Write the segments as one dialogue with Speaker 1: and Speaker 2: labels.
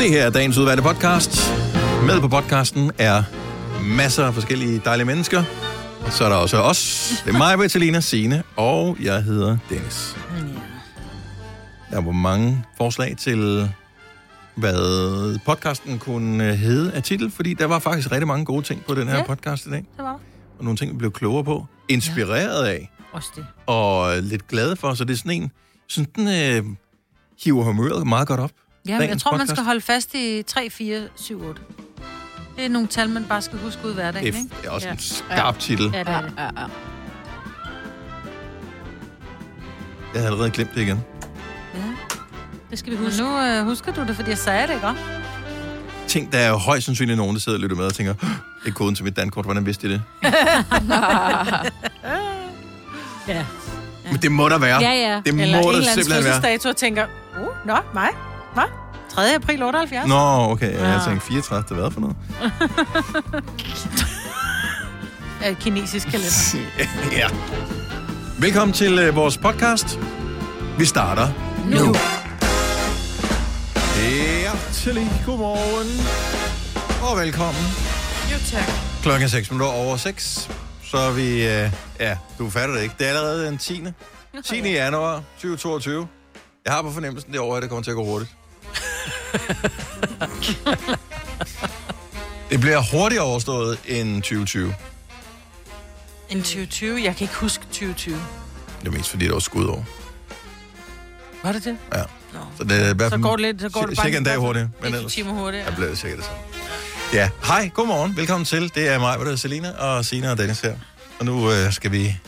Speaker 1: Det her er dagens udvalgte podcast. Med på podcasten er masser af forskellige dejlige mennesker. Og så er der også os. Det er mig, Vitalina Sine og jeg hedder Dennis. Der var mange forslag til, hvad podcasten kunne øh, hedde af titel, fordi der var faktisk rigtig mange gode ting på den her
Speaker 2: Ja.
Speaker 1: ja. podcast i dag.
Speaker 2: Det var der.
Speaker 1: Og nogle ting, vi blev klogere på. Inspireret af
Speaker 2: Også det.
Speaker 1: og lidt glade for, så det er sådan en, sådan den øh, hiver humøret meget godt op.
Speaker 2: Ja, men jeg
Speaker 1: Dagens
Speaker 2: tror, man
Speaker 1: podcast.
Speaker 2: skal holde fast i 3, 4, 7, 8. Det er nogle tal, man bare skal huske ud i hverdagen,
Speaker 1: Det
Speaker 2: ikke?
Speaker 1: er også
Speaker 2: ja.
Speaker 1: en skarp titel.
Speaker 2: Ja, det er det.
Speaker 3: Ja, ja.
Speaker 1: Jeg havde allerede glemt det igen.
Speaker 2: Det skal vi huske. Men nu øh, husker du det, fordi jeg sagde det, ikke? også?
Speaker 1: Tænk, der er jo højst sandsynligt nogen, der sidder og lytter med og tænker, "Åh, det er koden til mit dankort, hvordan vidste de det?
Speaker 3: Ja.
Speaker 1: Men det må der være.
Speaker 3: Ja, ja.
Speaker 1: Det må
Speaker 2: Eller en
Speaker 1: der
Speaker 2: eller anden
Speaker 1: simpelthen være.
Speaker 2: fødselsdato og tænker, uh, nå, mig? Hvad? 3. april 78?
Speaker 1: Nå, okay. Ja, jeg
Speaker 2: Ja.
Speaker 1: tænkte, 34, det har været for noget.
Speaker 2: Øh, kinesisk kalender.
Speaker 1: ja. Velkommen til øh, vores podcast. Vi starter nu. nu. Hjertelig godmorgen. Og velkommen.
Speaker 2: Jo, tak.
Speaker 1: Klokken er 6 minutter over 6. Så er vi... Øh, ja, du fatter det ikke. Det er allerede den 10. 10. januar 2022. Jeg har på fornemmelsen, det år her, det kommer til at gå hurtigt. det bliver hurtigere overstået end 2020.
Speaker 2: En 2020. Jeg kan ikke huske 2020.
Speaker 1: Det er mest fordi, det var skudår.
Speaker 2: Var det det?
Speaker 1: Ja.
Speaker 2: Nå.
Speaker 1: Så det er i hvert fald...
Speaker 2: Så går det lidt, så går det bare...
Speaker 1: Cirka en dag hurtigere.
Speaker 2: Men
Speaker 1: Men
Speaker 2: ellers.
Speaker 1: ellers...
Speaker 2: timer hurtigere.
Speaker 1: Jeg blev sikkert det samme. Ja, hej, godmorgen, velkommen til. Det er mig, hvor det er Selina og Sina og Dennis her. Og nu øh, skal vi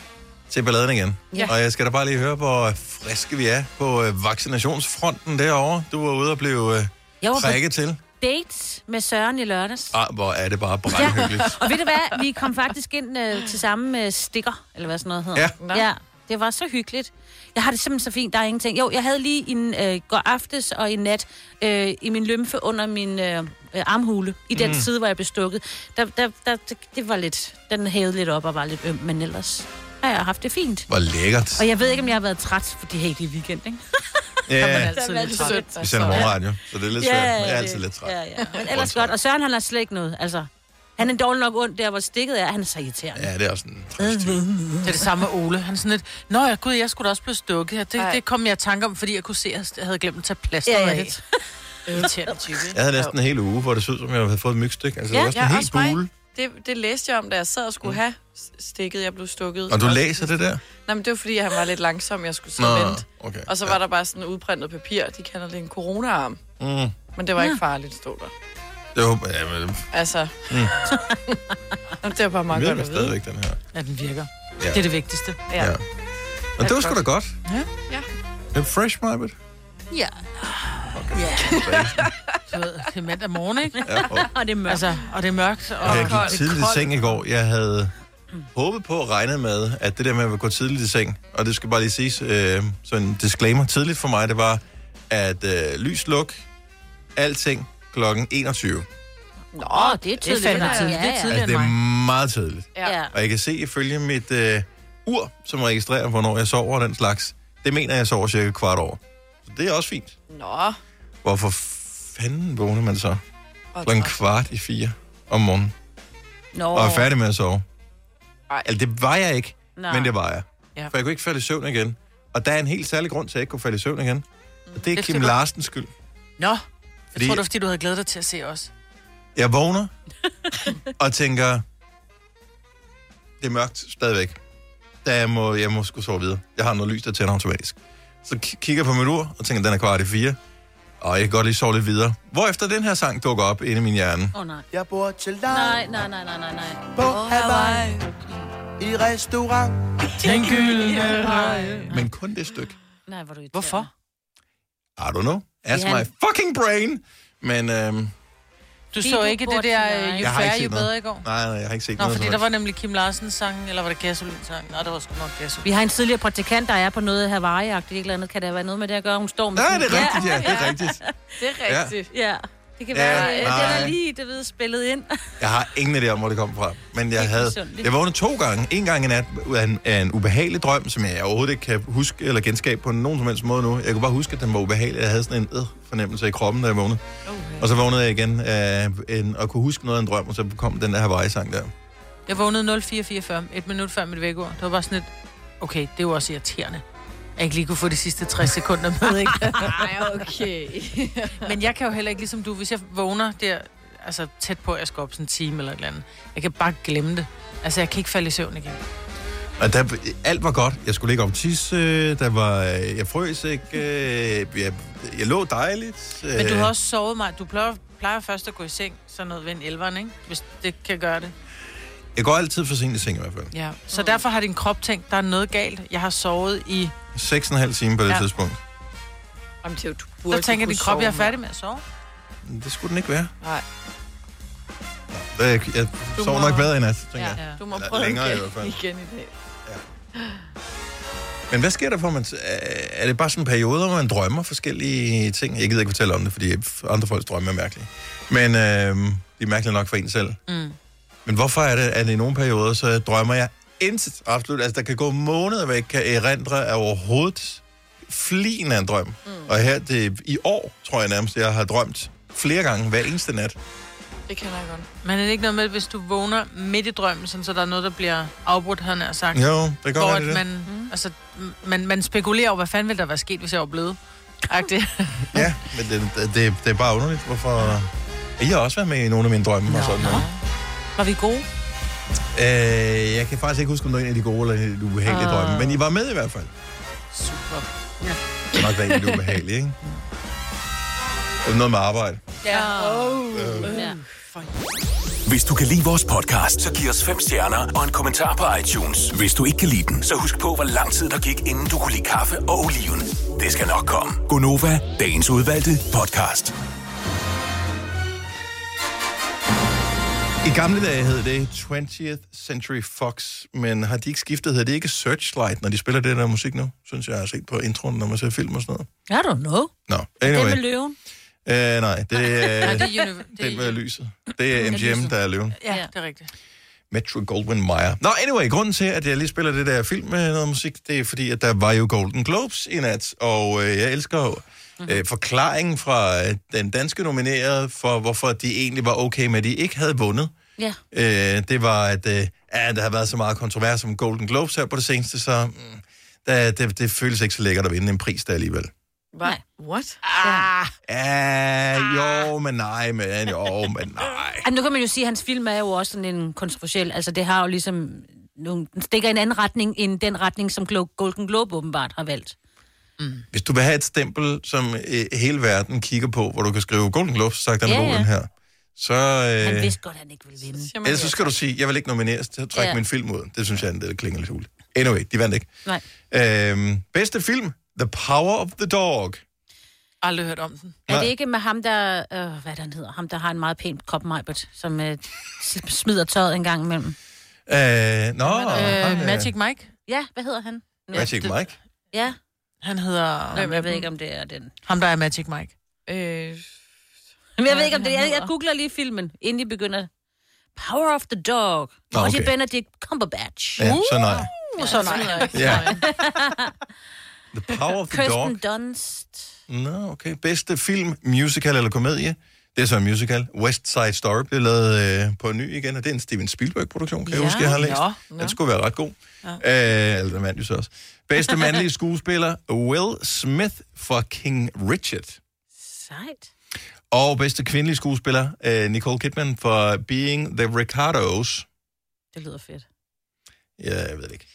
Speaker 1: til balladen igen.
Speaker 2: Ja.
Speaker 1: Og jeg skal da bare lige høre, hvor friske vi er på øh, vaccinationsfronten derovre. Du var ude og blev øh,
Speaker 3: Jeg var på
Speaker 1: prikket til.
Speaker 3: date med Søren i lørdags.
Speaker 1: Ah, hvor er det bare brandhyggeligt.
Speaker 3: Og ved du hvad, vi kom faktisk ind øh, til samme øh, stikker, eller hvad sådan noget hedder.
Speaker 1: Ja.
Speaker 2: Nå.
Speaker 3: ja. Det var så hyggeligt. Jeg har det simpelthen så fint, der er ingenting. Jo, jeg havde lige en øh, går aftes og en nat øh, i min lymfe under min øh, øh, armhule, i
Speaker 1: Mm.
Speaker 3: den side, hvor jeg blev stukket. Der, der, der, det, det var lidt, den hævede lidt op og var lidt øm, men ellers har jeg haft det fint.
Speaker 1: Hvor lækkert.
Speaker 3: Og jeg ved ikke, om jeg har været træt, for det er ikke i weekend, ikke?
Speaker 1: Ja,
Speaker 2: altid
Speaker 3: Der er
Speaker 2: lidt
Speaker 3: man
Speaker 2: træt.
Speaker 3: sødt. altså.
Speaker 1: vi sender morgenradio, så det er lidt svært. men Jeg er altid lidt træt.
Speaker 3: Ja, ja. Men ellers godt. Og Søren, han har slet ikke noget, altså. Han er dårlig nok ondt der, hvor stikket er. Han er så irriterende.
Speaker 1: Ja, det er også en trist ting.
Speaker 2: Det er det samme med Ole. Han er sådan lidt, Nå ja, gud, jeg skulle da også blive stukket her. Det,
Speaker 4: Ej.
Speaker 2: det kom jeg i tanke om, fordi jeg kunne se, at jeg havde glemt at tage plasteret
Speaker 3: Ja, ja.
Speaker 2: ja, ja. af. Irriterende type. ikke?
Speaker 1: Jeg havde næsten en hel uge, hvor det så ud, som om jeg havde fået et mygstik. Altså,
Speaker 3: Ja,
Speaker 1: det var sådan
Speaker 4: ja,
Speaker 1: helt
Speaker 4: også mig.
Speaker 1: bule.
Speaker 4: Det, det læste jeg om, da jeg sad og skulle mm. have s- stikket. Jeg blev stukket.
Speaker 1: Og du
Speaker 4: Og-
Speaker 1: læser det der?
Speaker 4: Nej, men det var, fordi han var lidt langsom. Jeg skulle sidde og vente.
Speaker 1: okay.
Speaker 4: Og så var der bare sådan en udprintet papir. De kalder det en coronaarm.
Speaker 1: Mm,
Speaker 4: Men det var ikke farligt, stod der.
Speaker 1: det håber jeg, ja, men
Speaker 4: Altså... Mm. det var bare meget godt
Speaker 1: jeg ved
Speaker 4: at vide.
Speaker 1: stadigvæk den her.
Speaker 2: Ja, den virker.
Speaker 1: Ja.
Speaker 2: Ja. Det er det vigtigste.
Speaker 4: Ja.
Speaker 1: Ja. Men det var sgu da godt.
Speaker 4: Ja.
Speaker 1: En fresh, Marbet.
Speaker 2: Ja. Du ved, det er mandag morgen, ikke?
Speaker 1: Ja, og
Speaker 3: Og det er mørkt. Altså,
Speaker 2: Altså, og det er mørkt, og
Speaker 1: jeg
Speaker 4: koldt.
Speaker 1: gik tidligt i seng i går. Jeg havde håbet på og regnet med, at det der med at gå tidligt i seng, og det skal bare lige siges, øh, så en disclaimer tidligt for mig, det var, at øh, lys luk, alting klokken 21.
Speaker 4: Nå,
Speaker 3: det er
Speaker 2: det er
Speaker 3: tydeligt.
Speaker 2: fandme
Speaker 4: ja,
Speaker 2: tidligt. Det
Speaker 3: ja.
Speaker 2: er
Speaker 1: Altså,
Speaker 2: tidligere
Speaker 1: det
Speaker 2: end mig.
Speaker 1: er meget tidligt.
Speaker 4: Ja.
Speaker 3: Ja.
Speaker 1: Og jeg kan se ifølge mit øh, ur, som registrerer, hvornår jeg sover og den slags, det mener jeg sover cirka kvart over. Så det er også fint.
Speaker 4: Nå.
Speaker 1: Hvorfor fanden vågner man så
Speaker 4: Og
Speaker 1: klokken kvart i fire om morgenen?
Speaker 3: Nå.
Speaker 1: og er færdig med at sove.
Speaker 4: Ej.
Speaker 1: Altså, det var jeg ikke,
Speaker 3: Nå.
Speaker 1: men det var jeg.
Speaker 2: Ja.
Speaker 1: For jeg kunne ikke falde i søvn igen. Og der er en helt særlig grund til, at jeg ikke kunne falde i søvn igen. Og det
Speaker 2: Det
Speaker 1: er Kim
Speaker 2: skal Mm. du-
Speaker 1: Larsens skyld.
Speaker 2: Nå,
Speaker 1: Fordi-
Speaker 2: jeg tror, det var, fordi du havde glædet dig til at se os.
Speaker 1: Jeg vågner og tænker, det er mørkt stadigvæk. Da jeg må, jeg må sgu sove videre. Jeg har noget lys, der tænder automatisk. Så k- kigger jeg på mit ur og tænker, den er kvart i fire. Og jeg kan godt lige sove lidt videre. Hvorefter den her sang dukker op inde i min hjerne.
Speaker 3: Åh, oh, nej.
Speaker 5: Jeg bor til langt
Speaker 3: Nej, nej, nej, nej, nej, nej.
Speaker 5: på Hawaii i restaurant.
Speaker 2: Den gyldne
Speaker 1: Men kun det stykke.
Speaker 3: Nej, hvor er du irriterende.
Speaker 2: Hvorfor?
Speaker 1: I don't know. Ask
Speaker 3: Ja.
Speaker 1: my fucking brain. Men øhm,
Speaker 2: Du
Speaker 3: Fordi
Speaker 2: så
Speaker 3: du
Speaker 2: ikke
Speaker 3: bor
Speaker 2: det der
Speaker 3: til mig.
Speaker 2: øh, jo
Speaker 1: Jeg har ikke
Speaker 2: færre,
Speaker 1: set
Speaker 2: jo
Speaker 1: noget.
Speaker 2: bedre i går?
Speaker 1: Nej, nej, jeg har ikke set
Speaker 2: Nå,
Speaker 1: noget.
Speaker 2: fordi
Speaker 1: som
Speaker 2: der
Speaker 1: helst.
Speaker 2: var nemlig Kim Larsens sang, eller var det Gasolins sang? Nej, det var sgu nok Gasolin.
Speaker 3: Vi har en tidligere praktikant, der er på noget Hawaii-agtigt et eller andet. Kan der være noget med det at gøre? Hun står med
Speaker 1: Nej,
Speaker 3: sådan-
Speaker 1: det er rigtigt, ja. Det er rigtigt.
Speaker 4: Det er rigtigt.
Speaker 3: Ja. Det kan
Speaker 1: Ja,
Speaker 3: være, ja, den
Speaker 1: nej.
Speaker 3: er lige, det ved, spillet ind.
Speaker 1: Jeg har ingen idé om, hvor det kom fra. Men jeg
Speaker 3: Det er
Speaker 1: havde...
Speaker 3: misundeligt.
Speaker 1: Jeg vågnede to gange. En gang i nat ud af en, af en ubehagelig drøm, som jeg overhovedet ikke kan huske eller genskabe på nogen som helst måde nu. Jeg kunne bare huske, at den var ubehagelig. Jeg havde sådan en øh, fornemmelse i kroppen, da jeg vågnede. Okay. Og så vågnede jeg igen af en, og kunne huske noget af en drøm, og så kom den der Hawaii-sang der.
Speaker 2: Jeg vågnede 0444, et minut før mit vækord. Det var bare sådan et, okay, det var også irriterende. Jeg ikke lige kunne få de sidste 60 sekunder med, ikke?
Speaker 4: Nej, okay.
Speaker 2: Men jeg kan jo heller ikke, ligesom du, hvis jeg vågner der, altså tæt på, at jeg skal op sådan en time eller et eller andet. Jeg kan bare glemme det. Altså, jeg kan ikke falde i søvn igen.
Speaker 1: Og der, alt var godt. Jeg skulle ligge om tisse, der var, jeg frøs ikke, øh, jeg, jeg lå dejligt.
Speaker 2: Men du
Speaker 1: øh,
Speaker 2: har også sovet mig. Du plejer, plejer først at gå i seng, sådan noget ved en elveren, ikke? Hvis det kan gøre det.
Speaker 1: Jeg går altid for sent i seng i hvert fald.
Speaker 2: Ja. Så derfor har din krop tænkt, der er noget galt. Jeg har sovet i...
Speaker 1: 6,5 timer på det ja.
Speaker 2: Ja.
Speaker 1: tidspunkt.
Speaker 4: Jamen, Theo, du burde
Speaker 2: Så tænker
Speaker 4: kunne
Speaker 2: din krop,
Speaker 4: sove
Speaker 2: jeg er
Speaker 4: mere.
Speaker 2: færdig med at sove.
Speaker 1: Det skulle den ikke være.
Speaker 4: Nej.
Speaker 1: Øh, Jeg, jeg
Speaker 4: Du
Speaker 1: sov
Speaker 4: må-
Speaker 1: nok bedre i nat, tænker ja. jeg.
Speaker 2: Ja.
Speaker 4: Ja. Du må
Speaker 1: Eller
Speaker 4: prøve
Speaker 1: længere i
Speaker 4: igen,
Speaker 1: hvert fald.
Speaker 4: igen i dag.
Speaker 1: Men hvad sker der for, at man... øh, Er det bare sådan perioder, hvor man drømmer forskellige ting? Jeg gider ikke fortælle om det, fordi andre folks drømme er mærkelige. Men øh, de er mærkelige nok for en selv.
Speaker 2: Mm.
Speaker 1: Men hvorfor er det, at i nogle perioder, så drømmer jeg intet absolut. Altså, der kan gå måneder, hvor jeg ikke kan erindre af overhovedet flien af en drøm. Mm. Og her det, i år, tror jeg nærmest, jeg har drømt flere gange hver eneste nat.
Speaker 4: Det kender jeg godt.
Speaker 2: Men er det ikke noget med, hvis du vågner midt i drømmen, sådan, så der er noget, der bliver afbrudt, han har sagt?
Speaker 1: Jo, det kan
Speaker 2: Hvor
Speaker 1: godt være,
Speaker 2: at
Speaker 1: det er det.
Speaker 2: man,
Speaker 3: Mm.
Speaker 2: altså, m- man, man spekulerer over, hvad fanden ville der være sket, hvis jeg var blevet? Agtigt.
Speaker 1: Ja, men det, det- det, det er bare underligt, hvorfor... Jeg har også været med i nogle af mine drømme og sådan noget.
Speaker 3: Var vi gode?
Speaker 1: Øh, jeg kan faktisk ikke huske, om det var en af de gode eller en af de ubehagelige uh. drømme, men I var med i hvert fald.
Speaker 2: Super.
Speaker 1: Det er nok været en af de ubehagelige, ikke? Det var noget med arbejde.
Speaker 6: Øh.
Speaker 7: Hvis du kan lide vores podcast, så giv os fem stjerner og en kommentar på iTunes. Hvis du ikke kan lide den, så husk på, hvor lang tid der gik, inden du kunne lide kaffe og oliven. Det skal nok komme. Gonova, dagens udvalgte podcast.
Speaker 1: I gamle dage hed det 20th Century Fox, men har de ikke skiftet, hedder det ikke Searchlight, når de spiller det der musik nu? Synes jeg, jeg har set på introen, når man ser film og sådan noget.
Speaker 3: I don't know.
Speaker 1: Nå,
Speaker 3: Det
Speaker 1: anyway.
Speaker 3: med løven.
Speaker 1: Øh, nej, det er
Speaker 2: Det er univ- det
Speaker 1: den
Speaker 2: er,
Speaker 1: med lyset. Det er MGM, der er løven.
Speaker 2: ja, det er rigtigt.
Speaker 1: Metro Goldwyn Mayer. Nå, anyway, grunden til, at jeg lige spiller det der film med noget musik, det er fordi, at der var jo Golden Globes i nat, og øh, jeg elsker jo øh, forklaringen fra øh, den danske nominerede for, hvorfor de egentlig var okay med, at de ikke havde vundet.
Speaker 3: Ja.
Speaker 1: Øh, det var, at øh, ja, der har været så meget kontrovers om Golden Globes her på det seneste, så mm, der, det, det føles ikke så lækkert at vinde en pris der alligevel.
Speaker 4: Hvad? What?
Speaker 1: Ah. Ja, jo, men nej, men jo, men nej.
Speaker 3: Jamen, nu kan man jo sige, at hans film er jo også sådan en kontroversiel. Altså, det har jo ligesom... Nogle, den stikker i en anden retning, end den retning, som Glo- Golden Globe åbenbart har valgt.
Speaker 1: Hvis du vil have et stempel, som øh, hele verden kigger på, hvor du kan skrive Golden Globes, sagt den
Speaker 3: Ja,
Speaker 1: ja,
Speaker 3: ja.
Speaker 1: ja. her, så...
Speaker 3: Han
Speaker 1: Øh,
Speaker 3: vidste godt, at han ikke ville vinde.
Speaker 4: Siger man
Speaker 1: ellers så
Speaker 4: det?
Speaker 1: skal du sige, jeg vil ikke nomineres til at trække
Speaker 3: Ja.
Speaker 1: min film ud. Det synes jeg, det, det klinger lidt hul. Anyway, de vandt ikke.
Speaker 3: Nej.
Speaker 1: Øhm, bedste film, The Power of the Dog.
Speaker 2: Aldrig hørt om den.
Speaker 3: Er
Speaker 1: Nej.
Speaker 3: det ikke med ham, der... Øh, hvad er det, han hedder? Ham, der har en meget pæn krop, Majbert, som øh, s- smider tøjet en gang imellem.
Speaker 1: Øh, nå,
Speaker 2: Øh,
Speaker 1: han, øh,
Speaker 2: Magic Mike?
Speaker 3: Ja, hvad hedder han?
Speaker 1: Magic
Speaker 2: det-
Speaker 1: Mike.
Speaker 3: Ja,
Speaker 2: Han hedder...
Speaker 3: Jamen, jeg ved ikke, om det er den.
Speaker 2: Ham, der er Magic Mike.
Speaker 4: Øh,
Speaker 3: Jamen, jeg ved ikke, om det er... Jeg, jeg googler lige filmen, inden I begynder. Power of the Dog.
Speaker 1: Nå,
Speaker 3: Også
Speaker 1: okay.
Speaker 3: Benedict Cumberbatch.
Speaker 1: Ja, så nej.
Speaker 2: Uh, så nej.
Speaker 1: Ja. The Power of the Dog.
Speaker 3: Kirsten Dunst.
Speaker 1: Nå, okay. Bedste film, musical eller komedie? Det er så en musical. West Side Story blev lavet øh, på ny igen, og det er en Steven Spielberg-produktion, kan ja, jeg
Speaker 2: Ja,
Speaker 1: huske, jeg har læst.
Speaker 2: nå,
Speaker 1: Ja. Den skulle være ret god. Ja. Øh, eller den vandt jo så også. Bedste mandlige skuespiller, Will Smith for King Richard.
Speaker 3: Sejt.
Speaker 1: Og bedste kvindelige skuespiller, øh, Nicole Kidman for Being the Ricardos.
Speaker 3: Det lyder fedt.
Speaker 1: Ja, jeg ved det ikke.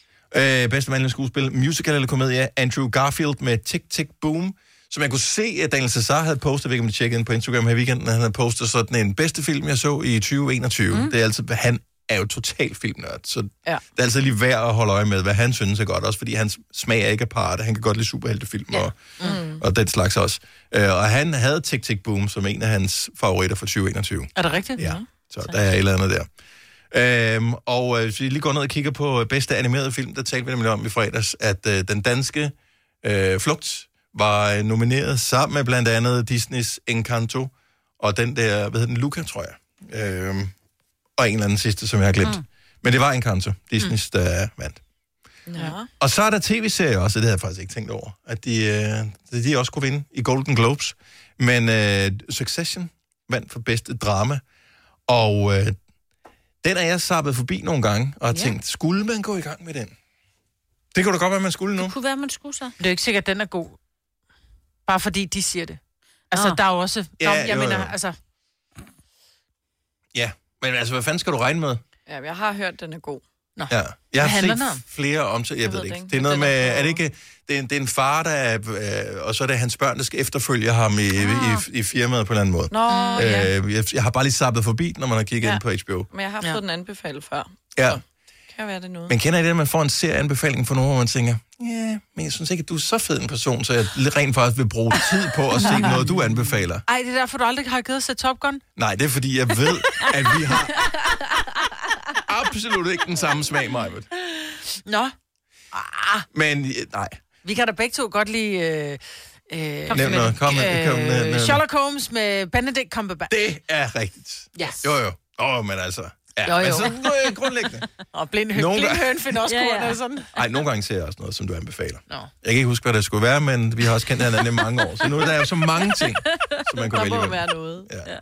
Speaker 1: Øh, bedste mandlige skuespil, musical eller komedie, Andrew Garfield med Tick Tick Boom, som jeg kunne se, at Daniel Cesar havde postet, hvilket man tjekkede ind på Instagram her i weekenden, han havde postet sådan en bedste film, jeg så i 2021. Mm. Det er altid, han er jo total filmnørd, så ja.
Speaker 4: Ja.
Speaker 1: det er altid lige værd at holde øje med, hvad han synes er godt, også fordi hans smag er ikke aparte, han kan godt lide superheltefilm ja. og, mm. og den slags også. Øh, og han havde Tick Tick Boom som en af hans favoritter for 2021.
Speaker 2: Er det rigtigt?
Speaker 1: Ja, så der er et eller andet der. Øhm, og øh, hvis vi lige går ned og kigger på øh, bedste animerede film, der talte vi nemlig om i fredags, at øh, den danske øh, Flugt var øh, nomineret sammen med blandt andet Disney's Encanto og den der, hvad hedder den, Luca, tror jeg. Øhm, og en eller anden sidste, som jeg har glemt. Mm. Men det var Encanto, Disney's, der vandt.
Speaker 4: Nå.
Speaker 1: Og så er der tv-serier også, og det havde jeg faktisk ikke tænkt over, at de, øh, de også kunne vinde i Golden Globes. Men øh, Succession vandt for bedste drama, og øh, den er jeg sappet forbi nogle gange, og har
Speaker 3: Ja.
Speaker 1: tænkt, skulle man gå i gang med den? Det kunne da godt være, man skulle nu.
Speaker 3: Kunne være, man skulle så.
Speaker 2: Det er jo ikke sikkert, at den er god. Bare fordi de siger det. Altså,
Speaker 3: Nå.
Speaker 2: der er jo også... Ja,
Speaker 1: Ja,
Speaker 2: Nå, jeg
Speaker 1: jo,
Speaker 2: jo,
Speaker 1: jo.
Speaker 2: mener, altså...
Speaker 1: Ja, men altså, hvad fanden skal du regne med?
Speaker 4: Ja, jeg har hørt, den er god.
Speaker 1: Ja. Jeg har
Speaker 2: handler
Speaker 1: set
Speaker 2: den om?
Speaker 1: flere om jeg, jeg ved
Speaker 4: ved
Speaker 1: det
Speaker 4: det
Speaker 1: ikke.
Speaker 4: ikke.
Speaker 1: Det er noget
Speaker 4: Den er
Speaker 1: med,
Speaker 4: på-
Speaker 1: er det ikke, det er, en- det er en far, der er, øh, og så er det hans børn, der skal efterfølge ham i, i, i firmaet på en eller anden måde.
Speaker 4: Nå, øh. ja.
Speaker 1: Øh, jeg, jeg har bare lige sappet forbi, når man har kigget ja.
Speaker 4: Ja.
Speaker 1: ind på HBO.
Speaker 4: Men jeg har
Speaker 2: Ja.
Speaker 4: fået den anbefalet før.
Speaker 1: Ja.
Speaker 4: Kan være det noget.
Speaker 1: Men kender I det, at man får en serieanbefaling fra nogen, hvor man tænker, ja, yeah, men jeg synes ikke, at du er så fed en person, så jeg rent faktisk vil bruge tid på at se noget, du anbefaler.
Speaker 2: Ej, det er derfor, du aldrig har givet sig Top Gun.
Speaker 1: Nej, det er fordi, jeg ved, at vi har absolut ikke den samme smag, Majbet.
Speaker 2: Nå,
Speaker 1: Men øh, nej,
Speaker 2: vi kan da begge to godt lide... Øh, øh,
Speaker 1: Nævn noget. Kom med- kom med- nævn noget.
Speaker 2: Sherlock Holmes med Benedict Cumberbatch.
Speaker 1: det er rigtigt.
Speaker 2: Yes.
Speaker 1: Jo, jo. Åh, oh, men altså.
Speaker 2: Jo,
Speaker 1: Ja,
Speaker 2: jo.
Speaker 1: Men så, øh, grundlæggende.
Speaker 2: Og blind høn,
Speaker 1: Nogle
Speaker 2: blind
Speaker 1: gange-
Speaker 2: høn finder også
Speaker 3: Ja,
Speaker 2: ja,
Speaker 3: ja.
Speaker 2: ja. og sådan.
Speaker 1: Ej, nogle gange ser jeg også noget, som du anbefaler.
Speaker 2: Nå.
Speaker 1: Jeg kan ikke huske, hvad det skulle være, men vi har også kendt hinanden i mange år. Så nu er der jo så mange ting, som man kunne
Speaker 4: der
Speaker 1: vælge.
Speaker 4: må
Speaker 1: imellem.
Speaker 4: være noget.
Speaker 1: Ja.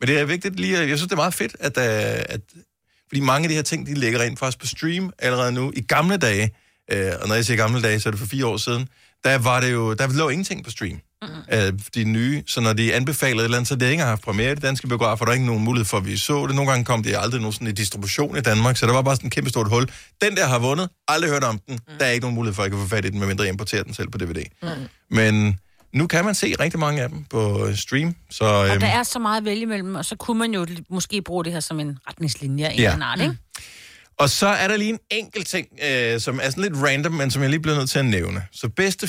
Speaker 1: Men det er vigtigt lige, at- jeg synes, det er meget fedt, at, øh, at fordi mange af de her ting, de ligger rent faktisk på stream allerede nu. I gamle dage, øh, og når jeg siger gamle dage, så er det for fire år siden, der var det jo, der lå ingenting på stream. Mm-hmm. Øh, de nye, så når de anbefalede et eller andet, så det ikke engang haft premiere i de danske biografer, der er ikke nogen mulighed for, at vi så det. Nogle gange kom det aldrig nogen sådan i distribution i Danmark, så der var bare sådan et kæmpe stort hul. Den der har vundet, aldrig hørt om den, mm. der er ikke nogen mulighed for, at jeg kan få fat i den, medmindre jeg importerer den selv på DVD. Mm. Men nu kan man se rigtig mange af dem på øh, stream, så...
Speaker 3: Og
Speaker 1: øhm,
Speaker 3: der er så meget at vælge imellem, og så kunne man jo li- måske bruge det her som en retningslinje af en
Speaker 1: Ja. Mm.
Speaker 3: eller anden art, ikke?
Speaker 1: Og så er der lige en enkelt ting, øh, som er sådan lidt random, men som jeg lige bliver nødt til at nævne. Så bedste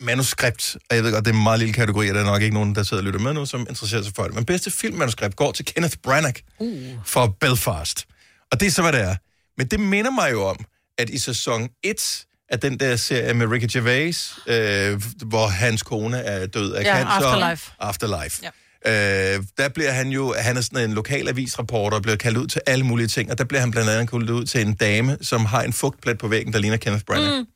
Speaker 1: filmmanuskript, og jeg ved godt, det er en meget lille kategori, og der er nok ikke nogen, der sidder og lytter med nu, som interesserer sig for det. Men bedste filmmanuskript går til Kenneth Branagh uh. for Belfast. Og det er så, hvad det er. Men det minder mig jo om, at i sæson 1 af den der serie med Ricky Gervais, øh, hvor hans kone er død af
Speaker 2: Ja,
Speaker 1: cancer.
Speaker 2: Afterlife.
Speaker 1: Afterlife. Ja. Øh, der bliver han jo, han er sådan en lokalavisreporter, og bliver kaldt ud til alle mulige ting, og der bliver han blandt andet kaldt ud til en dame, som har en fugtplet på væggen, der ligner Kenneth Branagh. Mm.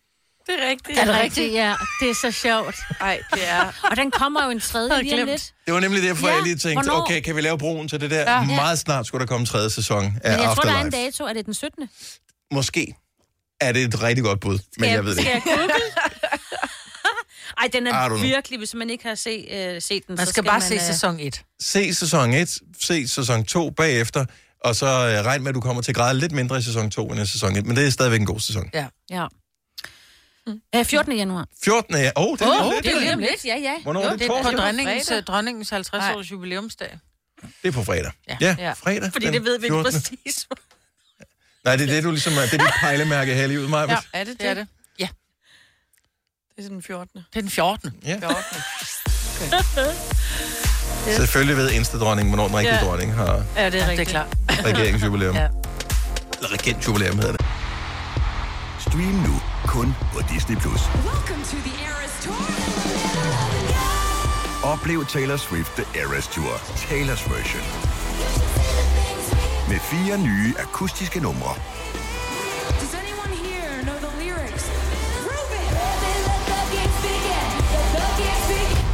Speaker 4: Det er rigtigt.
Speaker 3: Er det rigtigt? Ja, det er så sjovt.
Speaker 4: Nej, det er...
Speaker 3: Og den kommer jo en tredje lige om
Speaker 2: glemt.
Speaker 3: lidt.
Speaker 1: Det var nemlig derfor, ja,
Speaker 3: Ja,
Speaker 1: jeg lige tænkte,
Speaker 3: hvornår?
Speaker 1: okay, kan vi lave broen til det der? Ja. Meget snart skulle der komme tredje sæson af
Speaker 3: Men jeg tror,
Speaker 1: Afterlife.
Speaker 3: der er en dato. Er det den 17.
Speaker 1: Måske er det et rigtig godt bud, men jeg ved det
Speaker 3: Skal
Speaker 1: ikke.
Speaker 3: jeg google? Ej, den
Speaker 1: I don't know.
Speaker 3: er virkelig, hvis man ikke har se, øh, set den,
Speaker 2: Man
Speaker 3: så
Speaker 2: skal bare
Speaker 3: man,
Speaker 2: se
Speaker 3: øh,
Speaker 2: sæson 1.
Speaker 1: Se sæson 1, se sæson 2 bagefter, og så øh, regn med, at du kommer til at græde lidt mindre i sæson 2 end i sæson 1, men det er stadigvæk en god sæson.
Speaker 2: Ja.
Speaker 3: Ja. Øh, 14. januar.
Speaker 1: 14. Åh, ja. oh, det er oh,
Speaker 3: Åh,
Speaker 1: det,
Speaker 3: det er lige
Speaker 1: det,
Speaker 3: om lidt, ja, ja.
Speaker 1: Hvornår er det
Speaker 2: Det er
Speaker 1: torsdag?
Speaker 2: på dronningens, øh,
Speaker 4: fredag.
Speaker 2: dronningens 50-års jubilæumsdag.
Speaker 1: det er på fredag. Ja,
Speaker 2: Ja.
Speaker 1: ja
Speaker 2: Ja.
Speaker 1: fredag.
Speaker 3: Fordi
Speaker 1: den
Speaker 3: det ved vi ikke
Speaker 1: 14..
Speaker 3: præcis.
Speaker 1: Nej, det er det, du ligesom er. Det er dit pejlemærke her lige ud, Maja. Ja.
Speaker 4: Er det
Speaker 2: Det er det.
Speaker 4: Det er den 14.
Speaker 2: Det er den 14.
Speaker 1: Ja.
Speaker 4: 14.
Speaker 1: Selvfølgelig ved Insta-dronningen, hvornår den rigtige ja.
Speaker 3: Ja.
Speaker 1: dronning har
Speaker 3: Ja, det er
Speaker 2: Det er
Speaker 3: rigtigt.
Speaker 2: klart.
Speaker 1: regeringsjubilæum. ja.
Speaker 2: Ja.
Speaker 1: Eller regentjubilæum hedder det.
Speaker 7: Stream nu kun på Disney+. Plus. Oplev Taylor Swift The Eras Tour, Taylor's version. Med fire nye akustiske numre.
Speaker 8: Does anyone here know the lyrics? Prove it! let the game begin. Let the game